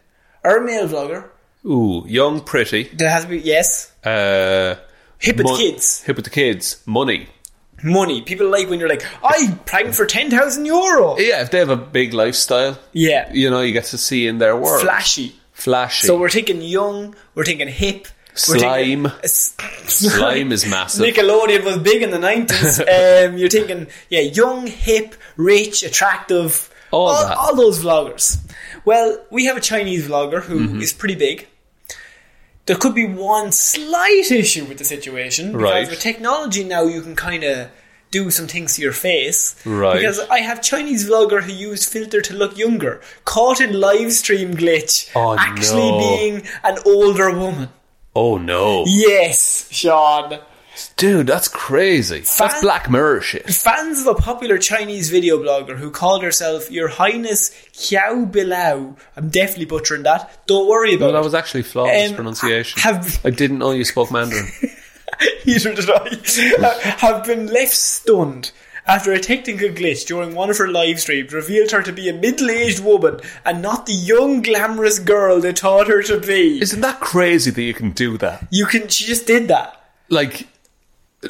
Speaker 1: or a male vlogger.
Speaker 2: ooh, young, pretty.
Speaker 1: There has to be yes,
Speaker 2: Uh,
Speaker 1: hip with
Speaker 2: mon-
Speaker 1: kids,
Speaker 2: Hip with the kids. Money.
Speaker 1: money. People like when you're like, I pranked for ten thousand euro.
Speaker 2: Yeah, if they have a big lifestyle,
Speaker 1: Yeah,
Speaker 2: you know, you get to see in their world.
Speaker 1: flashy.
Speaker 2: Flashy.
Speaker 1: So we're thinking young, we're thinking hip, we're thinking-
Speaker 2: Slime.
Speaker 1: S- <laughs>
Speaker 2: Slime is massive.
Speaker 1: Nickelodeon was big in the nineties.
Speaker 2: <laughs>
Speaker 1: um, you're thinking, yeah, young, hip, rich, attractive,
Speaker 2: All
Speaker 1: all,
Speaker 2: that.
Speaker 1: all those vloggers. Well, we have a Chinese vlogger who is
Speaker 2: Mm-hmm.
Speaker 1: pretty big. There could be one slight issue with the situation because
Speaker 2: Right.
Speaker 1: with technology now you can kind of do some things to your face.
Speaker 2: Right.
Speaker 1: Because I have Chinese vlogger who used filter to look younger, caught in live stream glitch,
Speaker 2: Oh,
Speaker 1: actually
Speaker 2: no.
Speaker 1: being an older woman.
Speaker 2: oh no.
Speaker 1: Yes, Sean.
Speaker 2: Dude, that's crazy.
Speaker 1: Fan-
Speaker 2: That's Black Mirror shit.
Speaker 1: Fans of a popular Chinese video blogger who called herself Your Highness Xiao Bilao, I'm definitely butchering that, don't worry about
Speaker 2: No, that
Speaker 1: it. <laughs>
Speaker 2: was actually flawless
Speaker 1: Um,
Speaker 2: pronunciation.
Speaker 1: have-
Speaker 2: I didn't know you spoke Mandarin.
Speaker 1: Neither did I.
Speaker 2: <laughs>
Speaker 1: Uh, have been left stunned after a technical glitch during one of her live streams revealed her to be a middle aged woman and not the young glamorous girl they thought her to be.
Speaker 2: Isn't that crazy that you can do that?
Speaker 1: You can, she just did that.
Speaker 2: Like,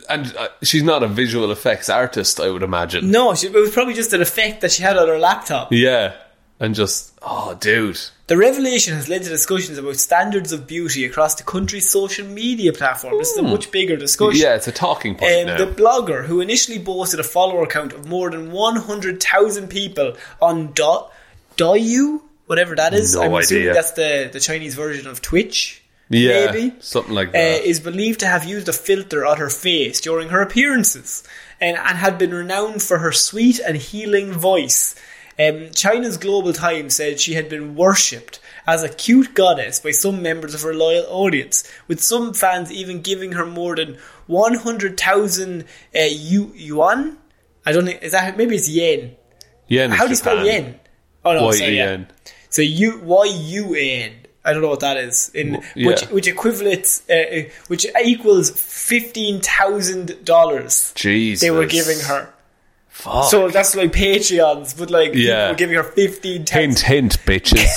Speaker 2: and uh, she's not a visual effects artist, I would imagine.
Speaker 1: No, she, it was probably just an effect that she had on her laptop.
Speaker 2: Yeah. And just, oh, dude.
Speaker 1: The revelation has led to discussions about standards of beauty across the country's social media platform. This is a much bigger discussion.
Speaker 2: Hmm. Yeah, it's a talking point
Speaker 1: Um,
Speaker 2: now.
Speaker 1: the blogger, who initially boasted a follower count of more than 100,000 people on Do- Douyu, whatever that is.
Speaker 2: No
Speaker 1: I'm assuming
Speaker 2: idea.
Speaker 1: that's the, the Chinese version of Twitch.
Speaker 2: Yeah,
Speaker 1: maybe
Speaker 2: something like
Speaker 1: uh,
Speaker 2: that.
Speaker 1: is believed to have used a filter on her face during her appearances and, and had been renowned for her sweet and healing voice. Um, China's Global Times said she had been worshipped as a cute goddess by some members of her loyal audience, with some fans even giving her more than 100,000 uh, yu- yuan? I don't think, is that, maybe it's yen.
Speaker 2: yen. is
Speaker 1: How do you spell
Speaker 2: Japan. E
Speaker 1: yen? Oh no, sorry, yeah.
Speaker 2: Y-E-N.
Speaker 1: So U Y U N. I don't know what that is. In
Speaker 2: yeah.
Speaker 1: which which equivalents uh, which equals fifteen thousand dollars
Speaker 2: Jesus.
Speaker 1: they were giving her.
Speaker 2: Fuck.
Speaker 1: So that's like Patreons, but like people
Speaker 2: Yeah.
Speaker 1: were giving her fifteen
Speaker 2: hint,
Speaker 1: thousand.
Speaker 2: hint, bitches.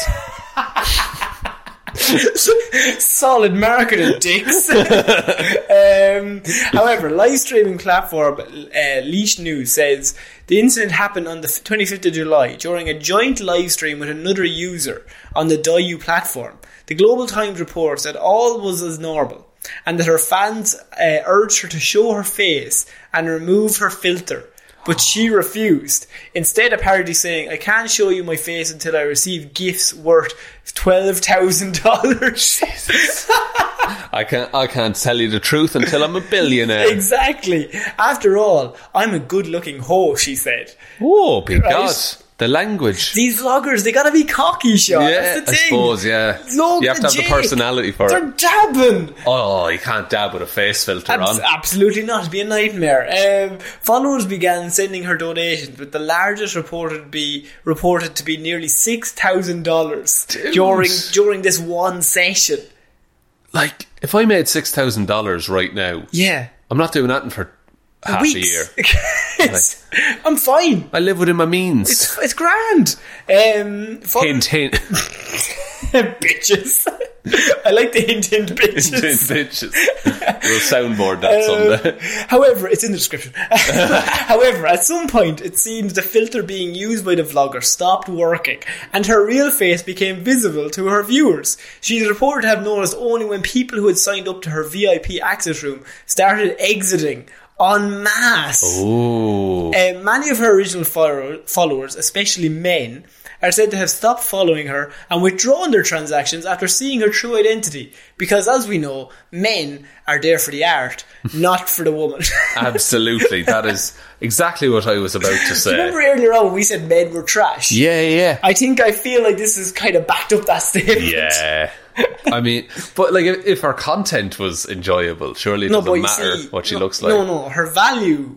Speaker 1: <laughs> Solid marketing,
Speaker 2: <laughs>
Speaker 1: dicks. um, <laughs> however, live streaming platform uh, Leash News says the incident happened on the f- 25th of July during a joint live stream with another user on the Douyu platform. The Global Times reports that all was as normal and that her fans uh, urged her to show her face and remove her filter. But she refused. Instead, apparently saying, "I can't show you my face until I receive gifts worth twelve thousand dollars."
Speaker 2: <laughs> I can't. I can't tell you the truth until I'm a
Speaker 1: <laughs>
Speaker 2: billionaire.
Speaker 1: Exactly. After all, I'm a good looking hoe, she said.
Speaker 2: Oh, big
Speaker 1: Right.
Speaker 2: God! The language.
Speaker 1: These vloggers, they gotta be cocky, Sean.
Speaker 2: yeah,
Speaker 1: That's the
Speaker 2: I
Speaker 1: thing.
Speaker 2: suppose. Yeah,
Speaker 1: No,
Speaker 2: you have to have the
Speaker 1: Jake,
Speaker 2: personality for
Speaker 1: They're
Speaker 2: it.
Speaker 1: dabbing.
Speaker 2: Oh, you can't dab with a face filter
Speaker 1: Abs-
Speaker 2: on.
Speaker 1: absolutely not. It'd be a nightmare. Um, followers began sending her donations, with the largest reported be reported to be nearly six thousand dollars during during this one session.
Speaker 2: like, if I made six thousand dollars right now,
Speaker 1: Yeah,
Speaker 2: I'm not doing nothing for half a
Speaker 1: weeks.
Speaker 2: year.
Speaker 1: <laughs> It's- I'm fine.
Speaker 2: I live within my means.
Speaker 1: It's, it's grand. Um, follow-
Speaker 2: <laughs> hint, hint,
Speaker 1: <laughs> bitches. <laughs> I like the hint hint bitches.
Speaker 2: <laughs> hint, bitches.
Speaker 1: <laughs>
Speaker 2: We'll soundboard that someday.
Speaker 1: However, it's in the description. <laughs> However, at some point, it seems the filter being used by the vlogger stopped working, and her real face became visible to her viewers. She is reported to have noticed only when people who had signed up to her VIP access room started exiting en masse.
Speaker 2: <laughs> Oh. Ooh,
Speaker 1: Uh, many of her original follow- followers, especially men, are said to have stopped following her and withdrawn their transactions after seeing her true identity. Because, as we know, men are there for the art, not for the woman. <laughs>
Speaker 2: absolutely. That is exactly what I was
Speaker 1: <laughs>
Speaker 2: about to say.
Speaker 1: Remember earlier on when we said men were trash?
Speaker 2: Yeah, yeah.
Speaker 1: I think I feel like this is kind of backed up that statement.
Speaker 2: Yeah. I mean, but like if, if her content was enjoyable, surely
Speaker 1: <laughs>
Speaker 2: it
Speaker 1: No, but
Speaker 2: doesn't
Speaker 1: you
Speaker 2: matter
Speaker 1: see,
Speaker 2: what she
Speaker 1: no,
Speaker 2: looks like.
Speaker 1: No, no, her value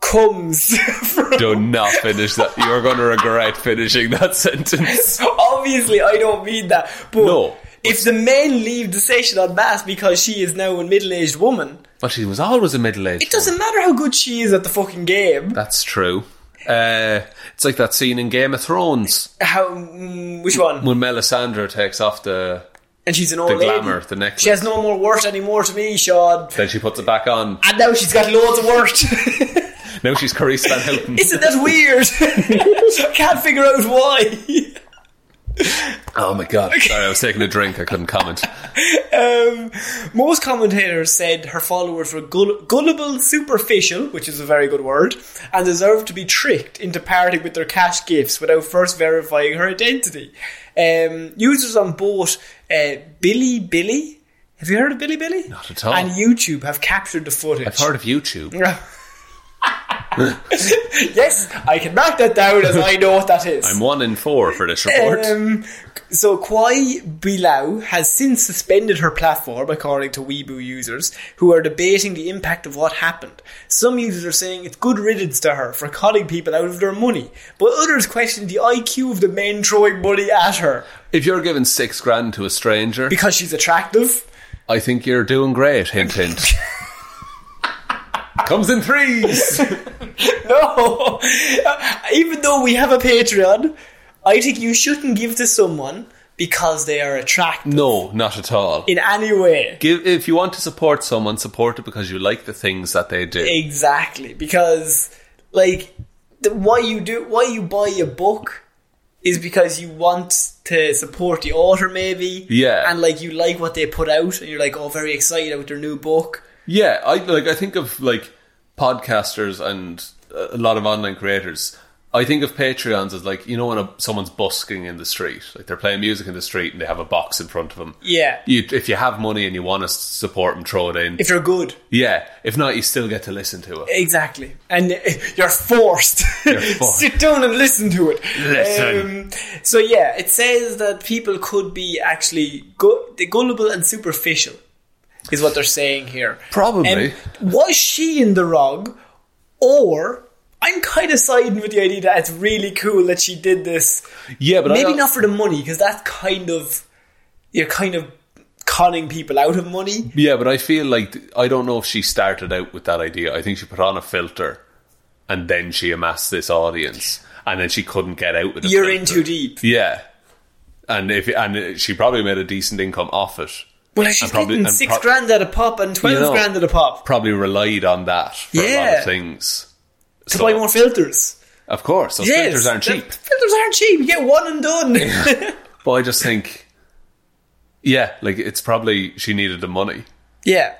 Speaker 1: comes <laughs> from.
Speaker 2: Do not finish that. You're going to regret finishing that <laughs> sentence.
Speaker 1: Obviously, I don't mean that. But
Speaker 2: No.
Speaker 1: if the men leave the session en masse because she is now a middle aged woman,
Speaker 2: But she was always a middle aged.
Speaker 1: it doesn't matter how good she is at the fucking game.
Speaker 2: That's true. Uh, it's like that scene in Game of Thrones
Speaker 1: How? mm, Which one?
Speaker 2: when Melisandre takes off the.
Speaker 1: And she's an old
Speaker 2: The
Speaker 1: lady.
Speaker 2: glamour, the necklace.
Speaker 1: She has no more worth anymore to me, Sean.
Speaker 2: Then she puts it back on.
Speaker 1: And now she's got loads of worth. <laughs>
Speaker 2: Now she's Carice Van Houten.
Speaker 1: Isn't that weird? <laughs> I can't figure out why.
Speaker 2: Oh my god. Sorry, I was taking a drink. I couldn't comment.
Speaker 1: Um, most commentators said her followers were gull- gullible, superficial, which is a very good word, and deserved to be tricked into parting with their cash gifts without first verifying her identity. Um, users on both uh, Billy Billy, have you heard of Billy Billy? Not
Speaker 2: at all.
Speaker 1: And YouTube have captured the footage.
Speaker 2: I've
Speaker 1: <laughs>
Speaker 2: heard of YouTube.
Speaker 1: yes, I can mark that down as I know what that is.
Speaker 2: <laughs> I'm one in four for this report.
Speaker 1: Um, so Kwai Bilau has since suspended her platform, according to Weibo users, who are debating the impact of what happened. Some users are saying it's good riddance to her for cutting people out of their money, but others question the IQ of the men throwing money at her
Speaker 2: if you're giving six grand to a stranger,
Speaker 1: because she's attractive. <laughs>
Speaker 2: I think you're doing great. Hint, hint. Comes in threes.
Speaker 1: No, <laughs> even though we have a Patreon, I think you shouldn't give to someone because they are attractive
Speaker 2: No, not at all.
Speaker 1: in any way.
Speaker 2: Give if you want to support someone, support it because you like the things that they do.
Speaker 1: Exactly, because like the, why you do why you buy a book is because you want to support the author, maybe.
Speaker 2: Yeah.
Speaker 1: and like you like what they put out, and you're like, oh, very excited about their new book.
Speaker 2: Yeah, I like. I think of like podcasters and a lot of online creators. I think of Patreons as like you know when a, someone's busking in the street, like they're playing music in the street and they have a box in front of them.
Speaker 1: Yeah.
Speaker 2: You, if you have money and you want to support them, throw it in.
Speaker 1: If you're good,
Speaker 2: yeah, if not, you still get to listen to it.
Speaker 1: exactly, and uh, you're forced. <laughs>
Speaker 2: forced.
Speaker 1: Sit down and listen to it.
Speaker 2: Listen.
Speaker 1: Um, so yeah, it says that people could be actually gu- gullible and superficial, is what they're saying here.
Speaker 2: Probably.
Speaker 1: Um, was she in the wrong, or? I'm kind of siding with the idea that it's really cool that she did this.
Speaker 2: Yeah, but I
Speaker 1: Maybe
Speaker 2: al-
Speaker 1: not for the money, because that's kind of you're kind of conning people out of money.
Speaker 2: Yeah, but I feel like th- I don't know if she started out with that idea. I think she put on a filter, and then she amassed this audience, and then she couldn't get out with it.
Speaker 1: You're in too deep.
Speaker 2: Yeah, and if and she probably made a decent income off it.
Speaker 1: Well, she's
Speaker 2: And probably-
Speaker 1: getting
Speaker 2: and
Speaker 1: six
Speaker 2: prob-
Speaker 1: grand at a pop and twelve
Speaker 2: You know,
Speaker 1: grand at a pop
Speaker 2: Probably relied on that for a lot
Speaker 1: Yeah.
Speaker 2: of things.
Speaker 1: to buy more filters.
Speaker 2: Of course, those
Speaker 1: Yes,
Speaker 2: filters aren't
Speaker 1: the-
Speaker 2: cheap.
Speaker 1: Filters aren't cheap. You get one and done.
Speaker 2: But I just think, yeah, like it's probably she needed the money.
Speaker 1: <laughs> yeah.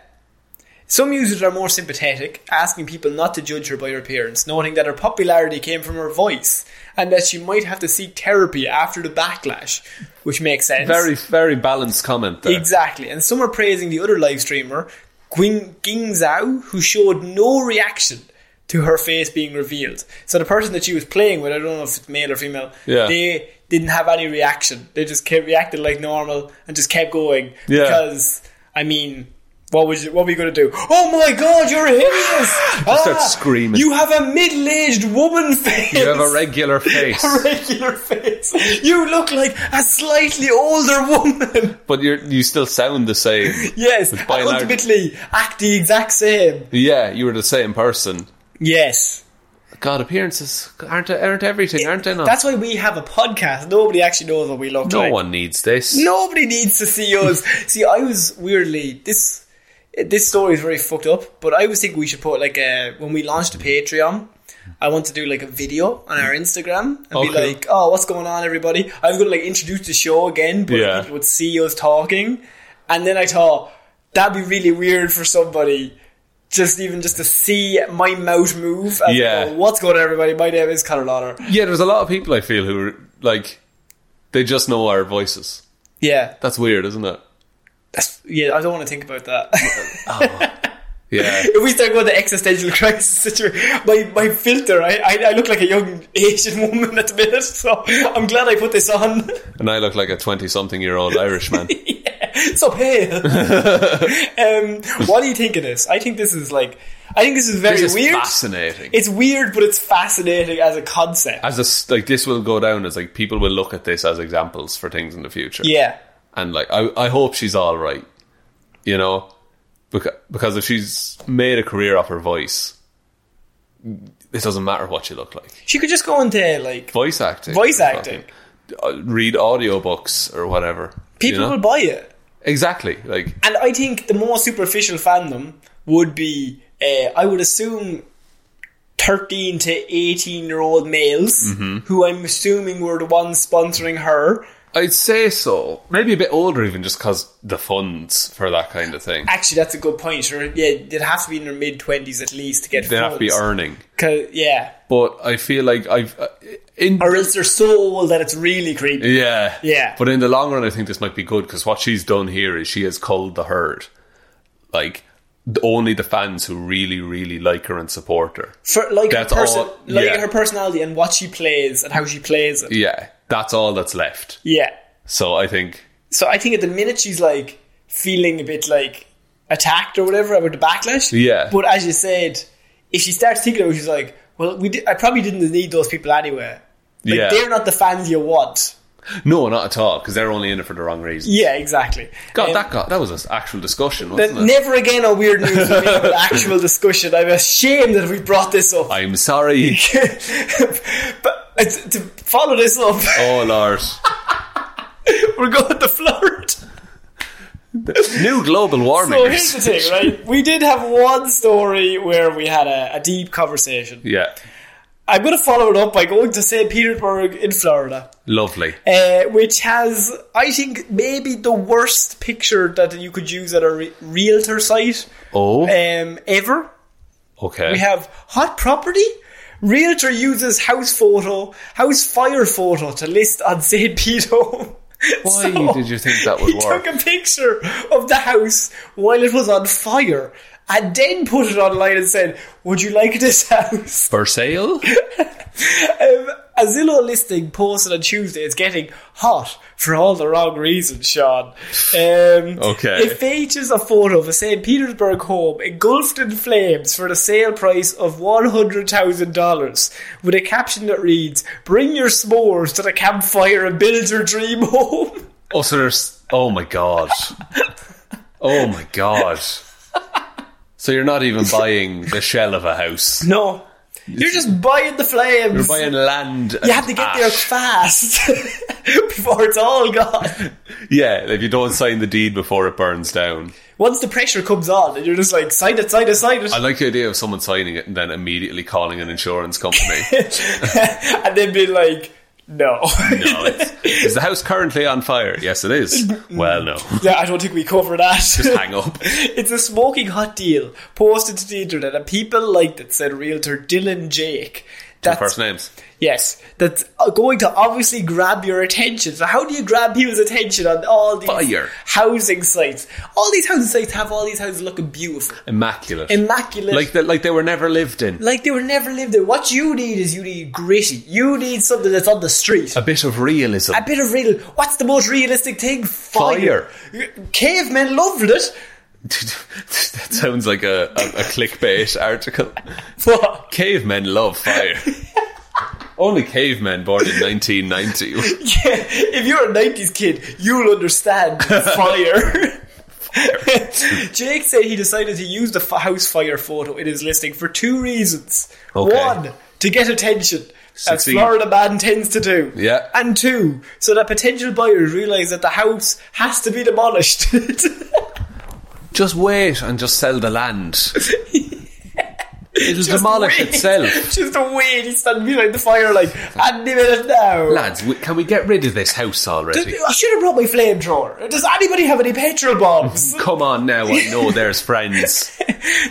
Speaker 1: Some users are more sympathetic, asking people not to judge her by her appearance, noting that her popularity came from her voice and that she might have to seek therapy after the backlash, which makes sense.
Speaker 2: Very, very balanced comment there.
Speaker 1: Exactly. And some are praising the other live streamer, Gwing Ging Zhao, who showed no reaction to her face being revealed. So the person that she was playing with, I don't know if it's male or female,
Speaker 2: Yeah.
Speaker 1: they didn't have any reaction. They just kept reacted like normal and just kept going.
Speaker 2: Yeah.
Speaker 1: Because I mean what was you, what were you going to do? Oh my god, you're
Speaker 2: <laughs>
Speaker 1: hideous! Ah,
Speaker 2: start screaming.
Speaker 1: You have a middle-aged woman <laughs> face.
Speaker 2: You have a regular
Speaker 1: <laughs>
Speaker 2: face,
Speaker 1: A regular face. You look like a slightly older woman.
Speaker 2: but you you still sound the same.
Speaker 1: Yes, and
Speaker 2: by and large-
Speaker 1: ultimately act the exact same.
Speaker 2: Yeah, you were the same person.
Speaker 1: Yes.
Speaker 2: God, appearances aren't aren't everything, aren't they? Not?
Speaker 1: That's why we have a podcast. Nobody actually knows what we look
Speaker 2: no
Speaker 1: like.
Speaker 2: one needs this.
Speaker 1: Nobody needs to see
Speaker 2: <laughs>
Speaker 1: us. see, I was weirdly this this story is very fucked up, but I was thinking we should put like a when we launched the Patreon. I want to do like a video on our Instagram and be
Speaker 2: Okay.
Speaker 1: like, "Oh, what's going on, everybody?" I was going to like introduce the show again, but
Speaker 2: Yeah.
Speaker 1: people would see us talking, and then I thought that'd be really weird for somebody. Just even just to see my mouth move. and
Speaker 2: Yeah.
Speaker 1: go, what's going on, everybody? My name is Conor Lauder.
Speaker 2: Yeah, there's a lot of people I feel who are like they just know our voices.
Speaker 1: Yeah,
Speaker 2: That's weird, isn't it?
Speaker 1: that's yeah. I don't want to think about that. <laughs>
Speaker 2: Yeah.
Speaker 1: If we start going to existential crisis situation, my, my filter, I, I, I look like a young Asian woman at the minute, so I'm glad I put this on.
Speaker 2: <laughs>
Speaker 1: <laughs>
Speaker 2: and I look like a twenty-something-year-old Irishman.
Speaker 1: so
Speaker 2: <laughs>
Speaker 1: pale. um, what do you think of this? I think this is like, I think this is very
Speaker 2: This is
Speaker 1: weird.
Speaker 2: fascinating.
Speaker 1: It's weird, but it's fascinating as a concept.
Speaker 2: as a s like this will go down as like people will look at this as examples for things in the future.
Speaker 1: yeah.
Speaker 2: and like I, I hope she's all right. You know, because because if she's made a career off her voice, it doesn't matter what you look like.
Speaker 1: She could just go into like,
Speaker 2: voice acting.
Speaker 1: Voice
Speaker 2: or
Speaker 1: acting.
Speaker 2: fucking- uh, read audiobooks or whatever. you
Speaker 1: people
Speaker 2: know?
Speaker 1: will buy it.
Speaker 2: exactly like
Speaker 1: And I think the more superficial fandom would be, uh, I would assume, 13 to 18 year old males,
Speaker 2: Mm-hmm.
Speaker 1: who I'm assuming were the ones sponsoring her.
Speaker 2: I'd say so. Maybe a bit older even, just because the funds for that kind of thing.
Speaker 1: Actually, that's a good point. Or, yeah, they'd have to be in their mid 20s at least to get
Speaker 2: They have to be
Speaker 1: phones.
Speaker 2: earning.
Speaker 1: 'Cause- yeah.
Speaker 2: But I feel like I've uh, in
Speaker 1: Or else they're so old that it's really creepy.
Speaker 2: yeah
Speaker 1: Yeah.
Speaker 2: But in the long run, I think this might be good because what she's done here is she has culled the herd, like. th- Only the fans who really, really like her and support her.
Speaker 1: For, like her
Speaker 2: That's
Speaker 1: person,
Speaker 2: all-
Speaker 1: like
Speaker 2: yeah.
Speaker 1: her personality and what she plays and how she plays it.
Speaker 2: Yeah, that's all that's left.
Speaker 1: Yeah.
Speaker 2: So I think
Speaker 1: So I think at the minute she's like feeling a bit like attacked or whatever about the backlash.
Speaker 2: Yeah.
Speaker 1: But as you said, if she starts thinking about it, she's like, well, we di- I probably didn't need those people anyway. Like,
Speaker 2: Yeah.
Speaker 1: They're not the fans you want.
Speaker 2: No, not at all, because they're only in it for the wrong reason.
Speaker 1: Yeah, exactly.
Speaker 2: God,
Speaker 1: Um,
Speaker 2: that got that was an actual discussion,
Speaker 1: but
Speaker 2: wasn't it?
Speaker 1: never again on Weird News will we have an actual discussion. I'm ashamed that we brought this up. <laughs>
Speaker 2: I'm sorry.
Speaker 1: but uh, to, to follow this up, <laughs>
Speaker 2: Oh Lord.
Speaker 1: we're going to Florida.
Speaker 2: New global warming.
Speaker 1: So here's the thing, right? We did have one story where we had a, a deep conversation.
Speaker 2: <laughs> Yeah.
Speaker 1: I'm going to follow it up by going to St. Petersburg in Florida,
Speaker 2: Lovely.
Speaker 1: uh, which has, I think, maybe the worst picture that you could use at a re- realtor site
Speaker 2: Oh
Speaker 1: um, ever.
Speaker 2: okay.
Speaker 1: We have hot property Realtor uses house photo, house fire photo to list on said <laughs> pedo.
Speaker 2: Why did you think that would
Speaker 1: he
Speaker 2: work?
Speaker 1: took a picture of the house while it was on fire and then put it online and said, Would you like this house? <laughs>
Speaker 2: For sale?
Speaker 1: Um, a Zillow listing posted on Tuesday is getting hot for all the wrong reasons, Sean. Um,
Speaker 2: Okay.
Speaker 1: It features a photo of a St. Petersburg home engulfed in flames for the sale price of $100,000 with a caption that reads, Bring your s'mores to the campfire and build your dream home. <laughs>
Speaker 2: Oh, so there's. Oh my god. Oh my god. So you're
Speaker 1: <laughs>
Speaker 2: not even buying the shell of a house.
Speaker 1: No. You're just buying the flames.
Speaker 2: You're buying land.
Speaker 1: you have to get there fast <laughs> before it's all gone.
Speaker 2: Yeah, if you don't sign the deed before it burns down.
Speaker 1: Once the pressure comes on, and you're just like, sign it, sign it, sign it.
Speaker 2: I like the idea of someone signing it and then immediately calling an
Speaker 1: <laughs>
Speaker 2: insurance company.
Speaker 1: and then be like, no.
Speaker 2: No, it's, is the house currently on fire? Yes, it is. Well, no.
Speaker 1: <laughs> yeah, I don't think we cover that.
Speaker 2: Just hang up.
Speaker 1: <laughs> It's a smoking hot deal posted to the internet, and people liked it, said realtor Dylan Jake. That's,
Speaker 2: First names.
Speaker 1: Yes, that's uh, going to obviously grab your attention. So, how do you grab people's attention on all these
Speaker 2: Fire.
Speaker 1: housing sites? All these housing sites have all these houses looking beautiful,
Speaker 2: Immaculate.
Speaker 1: immaculate,
Speaker 2: like, the, like they were never lived in.
Speaker 1: like they were never lived in. What you need is you need gritty. You need something that's on the street.
Speaker 2: A bit of realism.
Speaker 1: A bit of real. What's the most realistic thing? Fire. Cavemen loved it.
Speaker 2: <laughs> that sounds like a, a, a clickbait article.
Speaker 1: But
Speaker 2: Cavemen love
Speaker 1: <laughs>
Speaker 2: fire. Only cavemen born in 1990.
Speaker 1: yeah, <laughs> if you're a 90s kid, you'll understand fire. <laughs> Jake said he decided to use the f- house fire photo in his listing for two reasons.
Speaker 2: Okay.
Speaker 1: One, to get attention. As
Speaker 2: Succeed.
Speaker 1: Florida man tends to do.
Speaker 2: Yeah.
Speaker 1: And two, so that potential buyers realise that the house has to be demolished. <laughs>
Speaker 2: Just wait and just sell
Speaker 1: <laughs>
Speaker 2: the land. It'll
Speaker 1: Just
Speaker 2: demolish
Speaker 1: wait.
Speaker 2: itself.
Speaker 1: <laughs> Just wait, he's standing behind the fire like, any minute now.
Speaker 2: Lads, we, can we get rid of this house already?
Speaker 1: I should have brought my flamethrower. Does anybody have any petrol
Speaker 2: <laughs>
Speaker 1: bombs?
Speaker 2: Come on now, I know there's friends.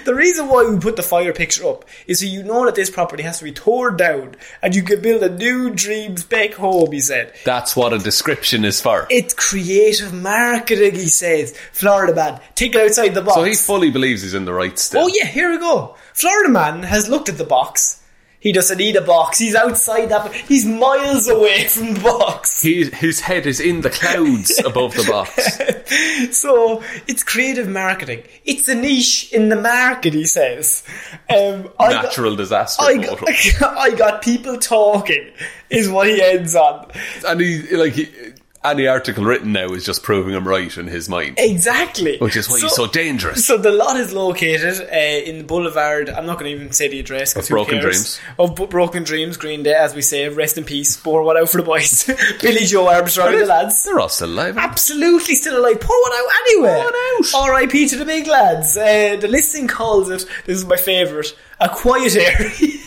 Speaker 1: the reason why we put the fire picture up is so you know that this property has to be torn down and you can build a new dreams back home, he said.
Speaker 2: That's what a description is for.
Speaker 1: It's creative marketing, he says. Florida man, think outside the box.
Speaker 2: So he fully believes he's in the right still.
Speaker 1: oh yeah, here we go. Florida man has looked at the box. He doesn't need a box. He's outside that. He's miles away from the box.
Speaker 2: He, his head is in
Speaker 1: <laughs>
Speaker 2: the clouds above the box.
Speaker 1: So it's creative marketing. It's a niche in the market, he says. Um, I got-
Speaker 2: Natural disaster.
Speaker 1: I
Speaker 2: photo.
Speaker 1: got, <laughs> I got people talking, is what he ends on.
Speaker 2: any like he, any article written now is just proving him right in his mind,
Speaker 1: Exactly.
Speaker 2: which is why he's so dangerous.
Speaker 1: So the lot is located uh, in the Boulevard. I'm not going to even say the address. 'cause
Speaker 2: Of
Speaker 1: who
Speaker 2: Broken
Speaker 1: cares?
Speaker 2: Dreams.
Speaker 1: Of Bo- Broken Dreams, Green Day, as we say. Rest in peace. Pour one out for the boys. <laughs> Billy Joe Armstrong and the lads.
Speaker 2: They're all still alive.
Speaker 1: Absolutely still alive. Pour one out anyway.
Speaker 2: Pour one out.
Speaker 1: R.I.P. to the big lads. Uh, the listing calls it, this is my favourite, a quiet area. <laughs>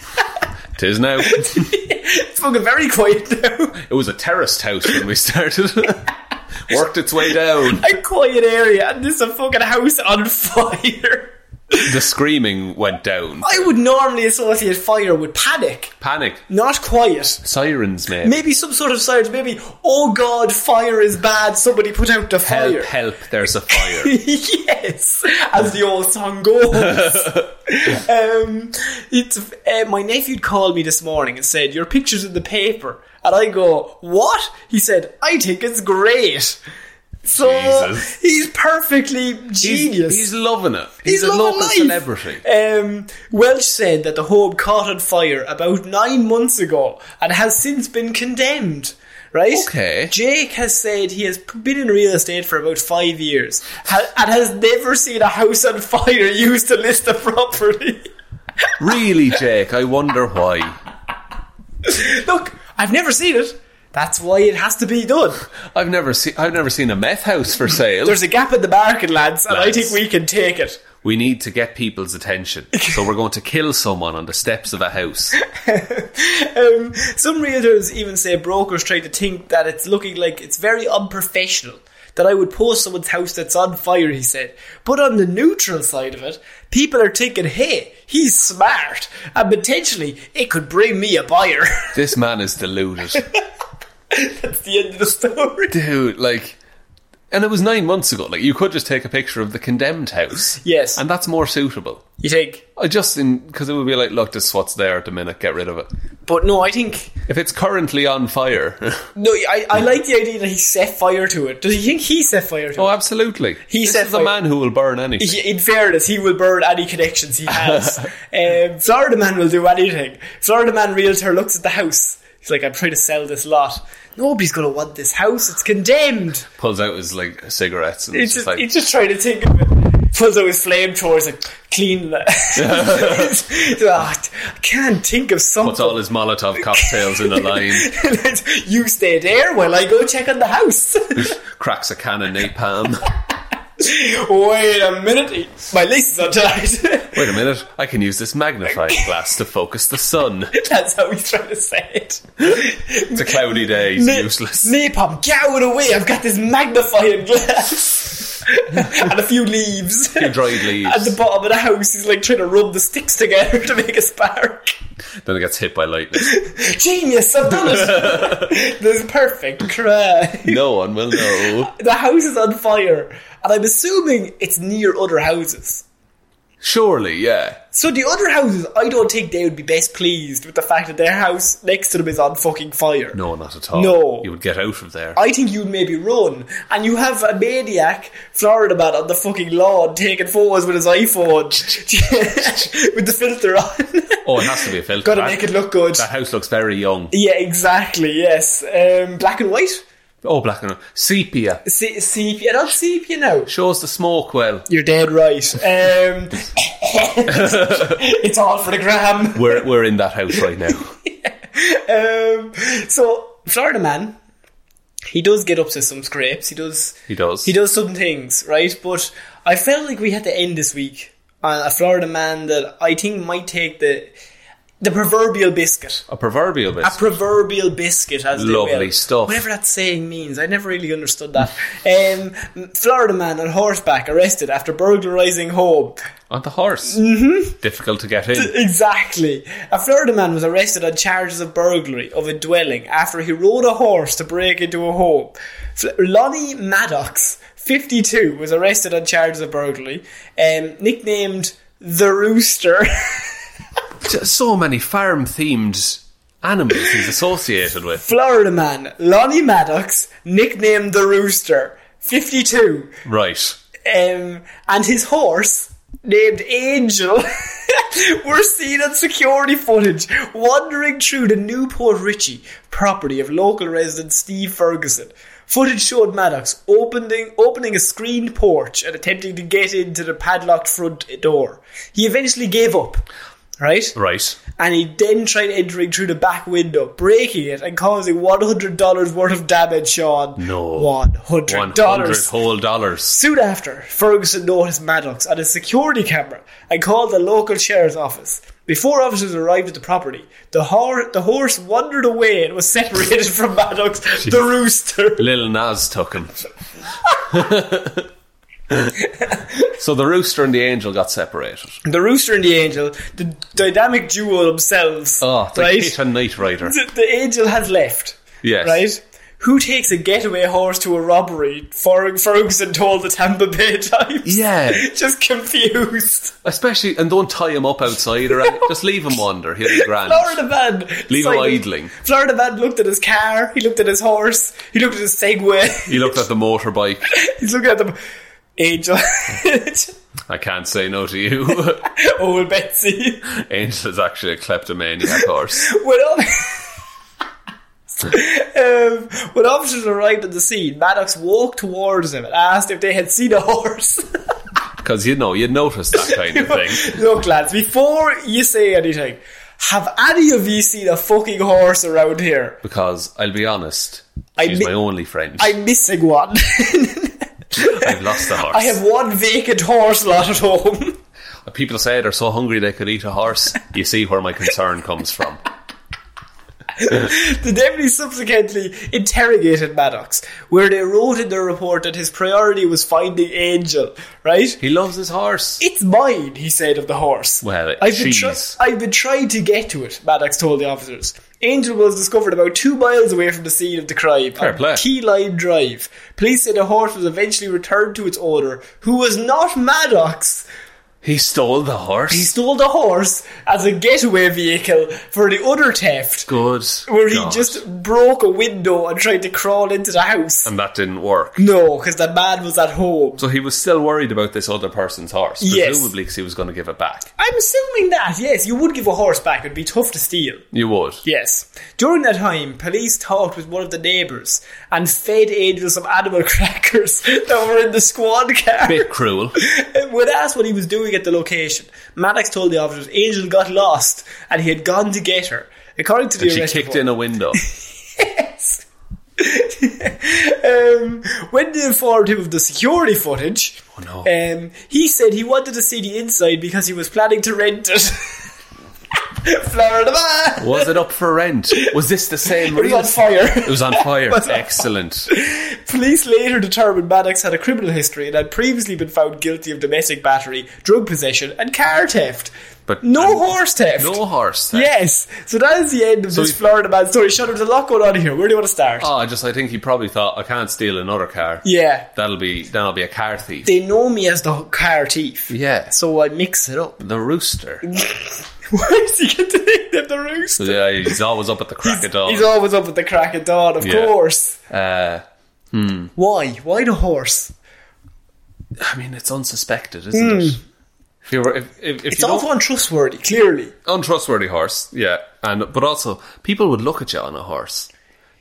Speaker 2: Tis now. it
Speaker 1: it's fucking very quiet now.
Speaker 2: was a terraced house when
Speaker 1: <laughs>
Speaker 2: we started. Worked its way down.
Speaker 1: a quiet area and there's a fucking house on fire. <laughs>
Speaker 2: The screaming went down.
Speaker 1: I would normally associate fire with panic,
Speaker 2: Panic.
Speaker 1: not quiet.
Speaker 2: Sirens, mate.
Speaker 1: Maybe some sort of sirens, maybe, oh god, fire is bad, somebody put out the
Speaker 2: help,
Speaker 1: fire.
Speaker 2: help, there's
Speaker 1: <laughs>
Speaker 2: a fire.
Speaker 1: yes, as the old song
Speaker 2: <laughs>
Speaker 1: goes. um, it's, uh, my nephew called me this morning and said, Your picture's in the paper. And I go, What? He said, I think it's great. So
Speaker 2: Jesus.
Speaker 1: he's perfectly
Speaker 2: He's,
Speaker 1: genius.
Speaker 2: he's loving it.
Speaker 1: He's
Speaker 2: He's, a
Speaker 1: loving
Speaker 2: local
Speaker 1: life.
Speaker 2: celebrity.
Speaker 1: Um, Welch said that the home caught on fire about nine months ago and has since been condemned. Right?
Speaker 2: Okay.
Speaker 1: Jake has said he has been in real estate for about five years ha- and has never seen a house on fire <laughs> used to list the property. <laughs>
Speaker 2: Really, Jake, I wonder why.
Speaker 1: Look, I've never seen it. That's why it has to be done.
Speaker 2: I've never seen I've never seen a meth house for sale.
Speaker 1: There's a gap in the market, lads, and I
Speaker 2: Lads.
Speaker 1: think we can take it.
Speaker 2: we need to get people's attention. So we're going to kill someone on the steps of a house.
Speaker 1: um, some realtors even say brokers try to think that it's looking like it's very unprofessional. that I would post someone's house that's on fire, he said. But on the neutral side of it, people are thinking, hey, he's smart, and potentially it could bring me a buyer. <laughs>
Speaker 2: This man is deluded.
Speaker 1: that's the end of the story.
Speaker 2: Dude, like. And it was nine months ago. Like, you could just take a picture of the condemned house.
Speaker 1: Yes.
Speaker 2: And that's more suitable.
Speaker 1: You think?
Speaker 2: I just, in because it would be like, look, this is what's there at the minute, get rid of it.
Speaker 1: But no, I think
Speaker 2: If it's currently on fire. <laughs>
Speaker 1: no. I, I like the idea that he set fire to it. Do you think he set fire to
Speaker 2: oh,
Speaker 1: it?
Speaker 2: absolutely.
Speaker 1: He
Speaker 2: this
Speaker 1: said
Speaker 2: is the
Speaker 1: fire-
Speaker 2: man who will burn anything.
Speaker 1: Yeah, In fairness, he will burn any connections he has.
Speaker 2: <laughs>
Speaker 1: um, Florida man will do anything. Florida man realtor looks at the house. He's like, I'm trying to sell this lot. Nobody's going to want this house. It's condemned.
Speaker 2: Pulls out his, like, cigarettes and
Speaker 1: It's
Speaker 2: it's
Speaker 1: just,
Speaker 2: just like.
Speaker 1: he's just trying to think of it. Pulls out his flamethrowers and clean that.
Speaker 2: <laughs>
Speaker 1: He's like, <laughs> "Ah, I can't think of something.
Speaker 2: Puts all his Molotov cocktails in a line,
Speaker 1: <laughs> you stay there while I go check on the
Speaker 2: <laughs>
Speaker 1: house.
Speaker 2: cracks a can of napalm.
Speaker 1: Wait a minute. My lease is on tonight. <laughs>
Speaker 2: Wait a minute, I can use this magnifying glass to focus the sun.
Speaker 1: That's how he's trying to say it.
Speaker 2: It's a cloudy day, it's useless.
Speaker 1: Napalm, get out of the way. I've got this magnifying glass. <laughs> and a few leaves.
Speaker 2: Few dried leaves.
Speaker 1: At the bottom of the house, he's like trying to rub the sticks together <laughs> to make a spark.
Speaker 2: Then it gets hit by lightning.
Speaker 1: Genius, I've done
Speaker 2: <laughs>
Speaker 1: it. this perfect cry.
Speaker 2: No one will know.
Speaker 1: The house is on fire. And I'm assuming it's near other houses.
Speaker 2: Surely, yeah.
Speaker 1: So the other houses, I don't think they would be best pleased with the fact that their house next to them is on fucking fire.
Speaker 2: No, not at all.
Speaker 1: No.
Speaker 2: You would get out of there.
Speaker 1: I think you'd maybe run, and you have a maniac Florida man on the fucking lawn taking photos with his iPhone <laughs> with the filter on.
Speaker 2: oh, it has to be a filter.
Speaker 1: Gotta
Speaker 2: That-
Speaker 1: make it look good.
Speaker 2: That house looks very young.
Speaker 1: Yeah, exactly. Yes, um, black and white.
Speaker 2: Oh, black and Sepia.
Speaker 1: C- sepia, not sepia now.
Speaker 2: Shows the smoke well.
Speaker 1: You're dead right. Um, <laughs> it's all for the gram.
Speaker 2: We're, we're in that house right now.
Speaker 1: Um, so Florida man, he does get up to some scrapes. He does.
Speaker 2: He does.
Speaker 1: He does some things, right? But I felt like we had to end this week on a Florida man that I think might take the the proverbial biscuit.
Speaker 2: A proverbial bit.
Speaker 1: A proverbial biscuit, as they
Speaker 2: Lovely
Speaker 1: will.
Speaker 2: stuff.
Speaker 1: Whatever that saying means, I never really understood that. um, Florida man on horseback arrested after burglarizing home.
Speaker 2: On the horse. Mm-hmm. Difficult to get in.
Speaker 1: Exactly. A Florida man was arrested on charges of burglary of a dwelling after he rode a horse to break into a home. Fl- Lonnie Maddox, 52, was arrested on charges of burglary, um, nicknamed the Rooster. <laughs>
Speaker 2: So many farm themed animals he's associated with.
Speaker 1: Florida man, Lonnie Maddox, nicknamed the Rooster, 52,
Speaker 2: Right.
Speaker 1: um, and his horse named Angel <laughs> were seen on security footage wandering through the Newport Ritchie property of local resident Steve Ferguson. Footage showed Maddox opening opening a screened porch and attempting to get into the padlocked front door. He eventually gave up. Right?
Speaker 2: Right.
Speaker 1: And he then tried entering through the back window, breaking it and causing $100 worth of damage, Sean.
Speaker 2: No.
Speaker 1: $100.
Speaker 2: 100 whole dollars.
Speaker 1: Soon after, Ferguson noticed Maddox on a security camera and called the local sheriff's office. Before officers arrived at the property, the, hor- the horse wandered away and was separated <laughs> from Maddox, the rooster.
Speaker 2: Little Nas
Speaker 1: <laughs>
Speaker 2: took him. so the rooster and the angel got separated.
Speaker 1: The rooster and the angel, the dynamic duo themselves.
Speaker 2: Oh, it's like Hit and Knight Rider.
Speaker 1: The, the angel has left.
Speaker 2: Yes.
Speaker 1: Right? Who takes a getaway horse to a robbery? Fer- Ferguson told the Tampa Bay <laughs> Times.
Speaker 2: Yeah.
Speaker 1: Just confused.
Speaker 2: Especially, and don't tie him up outside or anything. Just leave him wander. He'll be grand.
Speaker 1: Florida man.
Speaker 2: Leave him
Speaker 1: Silent.
Speaker 2: idling.
Speaker 1: Florida man looked at his car. He looked at his horse. He looked at his Segway.
Speaker 2: He looked at the motorbike.
Speaker 1: <laughs> He's looking at the angel, <laughs>
Speaker 2: I can't say no to you. <laughs>
Speaker 1: old Betsy.
Speaker 2: Angel is actually a kleptomaniac horse.
Speaker 1: When all- <laughs> Um, when officers arrived at the scene, Maddox walked towards him and asked if they had seen a horse.
Speaker 2: Because you know, you notice that kind
Speaker 1: <laughs>
Speaker 2: of thing.
Speaker 1: Look, lads, before you say anything, have any of you seen a fucking horse around here?
Speaker 2: Because I'll be honest,
Speaker 1: I
Speaker 2: she's
Speaker 1: mi-
Speaker 2: my only friend. I-
Speaker 1: I'm missing one. <laughs>
Speaker 2: have lost the horse.
Speaker 1: I have one vacant horse lot at home. <laughs>
Speaker 2: People say they're so hungry they could eat a horse. You see where my concern comes from.
Speaker 1: The deputy subsequently interrogated Maddox, where they wrote in their report that his priority was finding Angel, right?
Speaker 2: He loves his horse.
Speaker 1: It's mine, he said of the horse.
Speaker 2: Well,
Speaker 1: I've been, try-
Speaker 2: she's-
Speaker 1: I've been trying to get to it, Maddox told the officers. Angel was discovered about two miles away from the scene of the crime
Speaker 2: Fair
Speaker 1: on
Speaker 2: play.
Speaker 1: Key Lime Drive. Police said the horse was eventually returned to its owner, who was not Maddox.
Speaker 2: He stole the horse.
Speaker 1: He stole the horse as a getaway vehicle for the other theft,
Speaker 2: good.
Speaker 1: where he
Speaker 2: God.
Speaker 1: just broke a window and tried to crawl into the house.
Speaker 2: and that didn't work.
Speaker 1: no, because that man was at home.
Speaker 2: So he was still worried about this other person's horse,
Speaker 1: Yes.
Speaker 2: presumably because he was going to give it back.
Speaker 1: I'm assuming that, yes, you would give a horse back, it'd be tough to steal.
Speaker 2: You would.
Speaker 1: Yes. During that time, police talked with one of the neighbours and fed Angel some animal <laughs> crackers that were in the squad car. <laughs>
Speaker 2: Bit cruel.
Speaker 1: When asked what he was doing at the location, Maddox told the officers Angel got lost and he had gone to get her. According to the
Speaker 2: She
Speaker 1: arrest
Speaker 2: kicked
Speaker 1: report-
Speaker 2: in a window.
Speaker 1: Yes. um, when they informed him of the security footage,
Speaker 2: Oh, no.
Speaker 1: um, he said he wanted to see the inside because he was planning to rent it. <laughs> Florida man!
Speaker 2: Was it up for rent? Was this the same
Speaker 1: It was
Speaker 2: real
Speaker 1: on fire.
Speaker 2: It <laughs> was on
Speaker 1: <laughs>
Speaker 2: fire.
Speaker 1: was on
Speaker 2: Excellent.
Speaker 1: Police later determined Maddox had a criminal history and had previously been found guilty of domestic battery, drug possession, and car theft.
Speaker 2: But-
Speaker 1: no
Speaker 2: and-
Speaker 1: horse theft.
Speaker 2: No horse. then.
Speaker 1: Yes. So that is the end of this
Speaker 2: he-
Speaker 1: Florida man story. Shut up. There's a lot going on here. Where do you want to start?
Speaker 2: Oh, just I think he probably thought I can't steal another car.
Speaker 1: yeah.
Speaker 2: That'll be that'll be a car thief.
Speaker 1: They know me as the car thief.
Speaker 2: yeah.
Speaker 1: So I mix it up.
Speaker 2: The rooster.
Speaker 1: Why does he get to nickname the rooster?
Speaker 2: yeah, he's always up at the crack of dawn.
Speaker 1: He's always up at the crack of dawn, of
Speaker 2: Yeah.
Speaker 1: course.
Speaker 2: uh,
Speaker 1: Why? Why the horse?
Speaker 2: I mean, it's unsuspected, isn't it? If you were, if, if, if
Speaker 1: Hmm. It's
Speaker 2: you don't-
Speaker 1: also untrustworthy, clearly.
Speaker 2: untrustworthy horse, yeah, and but also people would look at you on a horse.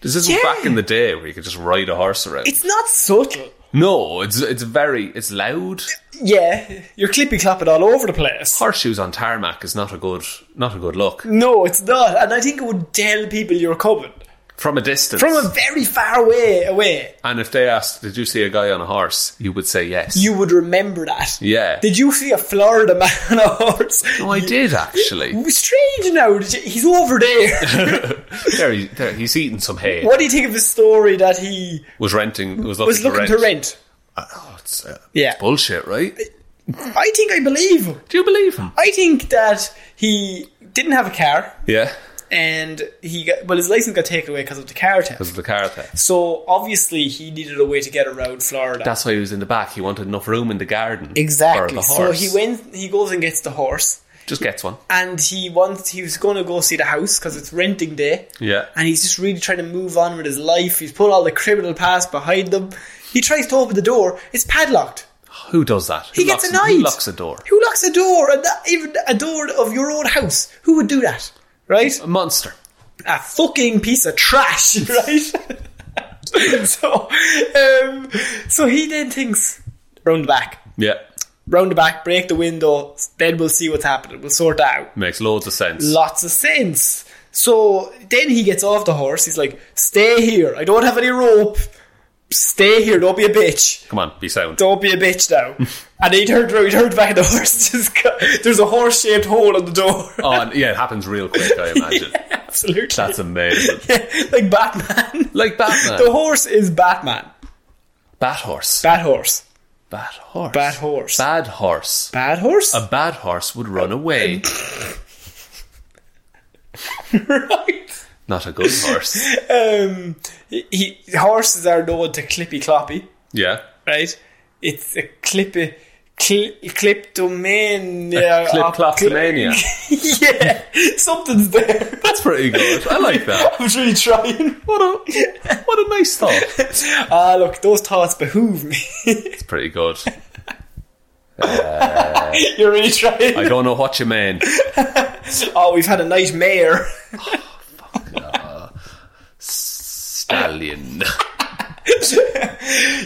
Speaker 2: This isn't
Speaker 1: Yeah.
Speaker 2: back in the day where you could just ride a horse around.
Speaker 1: It's not subtle.
Speaker 2: no, it's it's very it's loud.
Speaker 1: Yeah, you're clippy clapping all over the place.
Speaker 2: Horseshoes on tarmac is not a good not a good look
Speaker 1: No, it's not. And I think it would tell people you're coming
Speaker 2: from a distance.
Speaker 1: from a very far way away.
Speaker 2: and if they asked, "Did you see a guy on a horse?" you would say yes.
Speaker 1: You would remember that.
Speaker 2: yeah.
Speaker 1: Did you see a Florida <laughs> man on a horse?
Speaker 2: no, I did actually.
Speaker 1: Strange now. did you- He's over
Speaker 2: <laughs>
Speaker 1: there.
Speaker 2: there, he, there, he's eating some hay.
Speaker 1: what do you think of his story that he
Speaker 2: Was renting. Was looking,
Speaker 1: was looking to rent?
Speaker 2: Oh, it's, uh,
Speaker 1: Yeah.
Speaker 2: bullshit, right?
Speaker 1: I think I believe him.
Speaker 2: Do you believe him?
Speaker 1: I think that he didn't have a car
Speaker 2: Yeah,
Speaker 1: and he got, well, his license got taken away because of the car
Speaker 2: because
Speaker 1: theft.
Speaker 2: of the car theft.
Speaker 1: So obviously he needed a way to get around Florida.
Speaker 2: That's why he was in the back. He wanted enough room in the garden. For
Speaker 1: Exactly.
Speaker 2: the
Speaker 1: So
Speaker 2: horse.
Speaker 1: he went. He goes and gets the horse,
Speaker 2: Just gets one.
Speaker 1: and he wants. He was going to go see the house because it's renting day,
Speaker 2: Yeah.
Speaker 1: and he's just really trying to move on with his life. He's put all the criminal past behind him. He tries to open the door. It's padlocked.
Speaker 2: Who does that? Who
Speaker 1: He gets
Speaker 2: locks,
Speaker 1: annoyed.
Speaker 2: Who locks a door?
Speaker 1: Who locks a door? And that, even a door of your own house. Who would do that? Right?
Speaker 2: A monster.
Speaker 1: a fucking piece of trash, <laughs> right? so, um, so he then thinks round the back,
Speaker 2: Yeah.
Speaker 1: round the back, break the window. Then we'll see what's happening. We'll sort that out.
Speaker 2: Makes loads of sense.
Speaker 1: lots of sense. So then he gets off the horse. He's like, "Stay here. I don't have any rope. Stay here. Don't be a bitch.
Speaker 2: Come on, be sound.
Speaker 1: Don't be a bitch
Speaker 2: <laughs>
Speaker 1: now." and he turned around, he turned back, and the horse <laughs> just got, there's a horse shaped hole on the door.
Speaker 2: Oh, and yeah, it happens real quick, I imagine.
Speaker 1: <laughs> Absolutely,
Speaker 2: That's amazing.
Speaker 1: like Batman.
Speaker 2: Like Batman.
Speaker 1: the horse is Batman.
Speaker 2: Bat horse.
Speaker 1: Bat horse.
Speaker 2: Bad horse.
Speaker 1: Bat horse.
Speaker 2: Bad Um. horse.
Speaker 1: Bad horse.
Speaker 2: A bad horse would run away.
Speaker 1: <laughs> right.
Speaker 2: Not a
Speaker 1: <laughs>
Speaker 2: good horse.
Speaker 1: Um. He, he- horses are known to clippy cloppy.
Speaker 2: Yeah.
Speaker 1: right? It's a clip, cl- kleptomania.
Speaker 2: Clip
Speaker 1: of-
Speaker 2: cleptomania.
Speaker 1: <laughs> yeah, something's there.
Speaker 2: That's pretty good. I
Speaker 1: <laughs>
Speaker 2: like that.
Speaker 1: I was really trying.
Speaker 2: What a what a nice thought.
Speaker 1: Ah, look, those thoughts behoove me.
Speaker 2: <laughs>
Speaker 1: <laughs>
Speaker 2: It's pretty good.
Speaker 1: You're really
Speaker 2: I
Speaker 1: trying.
Speaker 2: don't know what you mean.
Speaker 1: Oh, we've had a nightmare.
Speaker 2: Stallion.
Speaker 1: <laughs>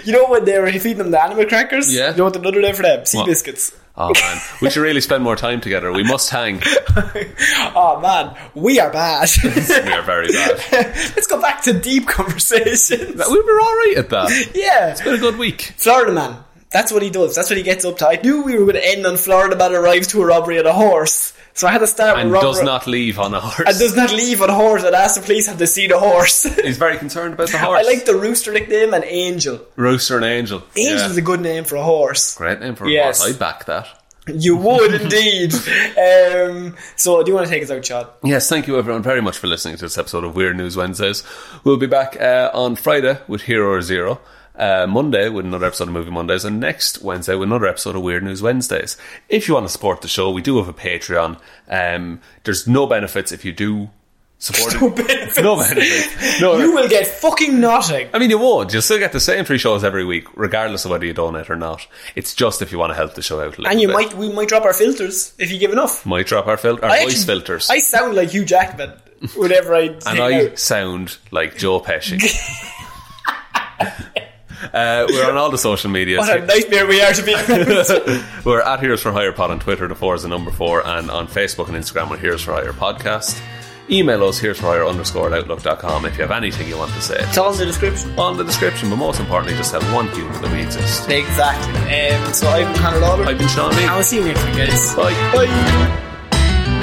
Speaker 1: You know when they were feeding them the animal crackers?
Speaker 2: Yeah.
Speaker 1: You know what another name for them? Sea
Speaker 2: What?
Speaker 1: biscuits.
Speaker 2: Oh man, we should really spend more time together. We must hang.
Speaker 1: Oh man, we are bad. <laughs>
Speaker 2: We are very bad.
Speaker 1: Let's go back to deep conversations.
Speaker 2: We were all right at that. It's
Speaker 1: Yeah,
Speaker 2: been a good week.
Speaker 1: Florida man. That's what he does. That's what he gets up to. I knew we were going to end on Florida man arrives to a robbery on a horse, so I had to start
Speaker 2: and
Speaker 1: with robbery.
Speaker 2: does not leave on a horse.
Speaker 1: and does not leave on a horse and ask the police have they seen a horse. <laughs>
Speaker 2: He's very concerned about the horse.
Speaker 1: I like the rooster nickname and Angel.
Speaker 2: Rooster and Angel.
Speaker 1: Angel's
Speaker 2: yeah.
Speaker 1: a good name for a horse.
Speaker 2: great name for
Speaker 1: Yes.
Speaker 2: a horse. I'd back that.
Speaker 1: You
Speaker 2: <laughs>
Speaker 1: would indeed. Um, so, do you want to take us out, Chad?
Speaker 2: Yes, thank you everyone very much for listening to this episode of Weird News Wednesdays. We'll be back uh, on Friday with Hero or Zero, uh, Monday with another episode of Movie Mondays, and next Wednesday with another episode of Weird News Wednesdays. If you want to support the show, we do have a Patreon. Um, there's no benefits if you do support
Speaker 1: <laughs> No
Speaker 2: it.
Speaker 1: benefits.
Speaker 2: No benefits. No,
Speaker 1: You will get fucking nothing.
Speaker 2: I mean, you won't. You'll still get the same three shows every week, regardless of whether you donate or not. It's just if you want to help the show out a little
Speaker 1: And you
Speaker 2: bit.
Speaker 1: might we might drop our filters if you give enough.
Speaker 2: might drop our, fil- our
Speaker 1: I
Speaker 2: voice
Speaker 1: actually-
Speaker 2: filters.
Speaker 1: I sound like Hugh Jackman whenever I
Speaker 2: and I sound like
Speaker 1: <laughs>
Speaker 2: Joe Pesci. uh, we're on all the social media.
Speaker 1: What
Speaker 2: <laughs>
Speaker 1: a nightmare we are to be
Speaker 2: we're at Heroes for Hire Pod on Twitter, the four is the number four, and on Facebook and Instagram, we're Heroes for Hire Podcast. Email us, here's for hire underscore at outlook.com if you have anything you want to say.
Speaker 1: It's all in the description.
Speaker 2: On the description, but most importantly, just tell one human that we exist.
Speaker 1: Exactly. Um, so I'm Conor Lawler.
Speaker 2: I've been Sean Lee.
Speaker 1: I'll see you next week, guys.
Speaker 2: Bye.
Speaker 1: Bye.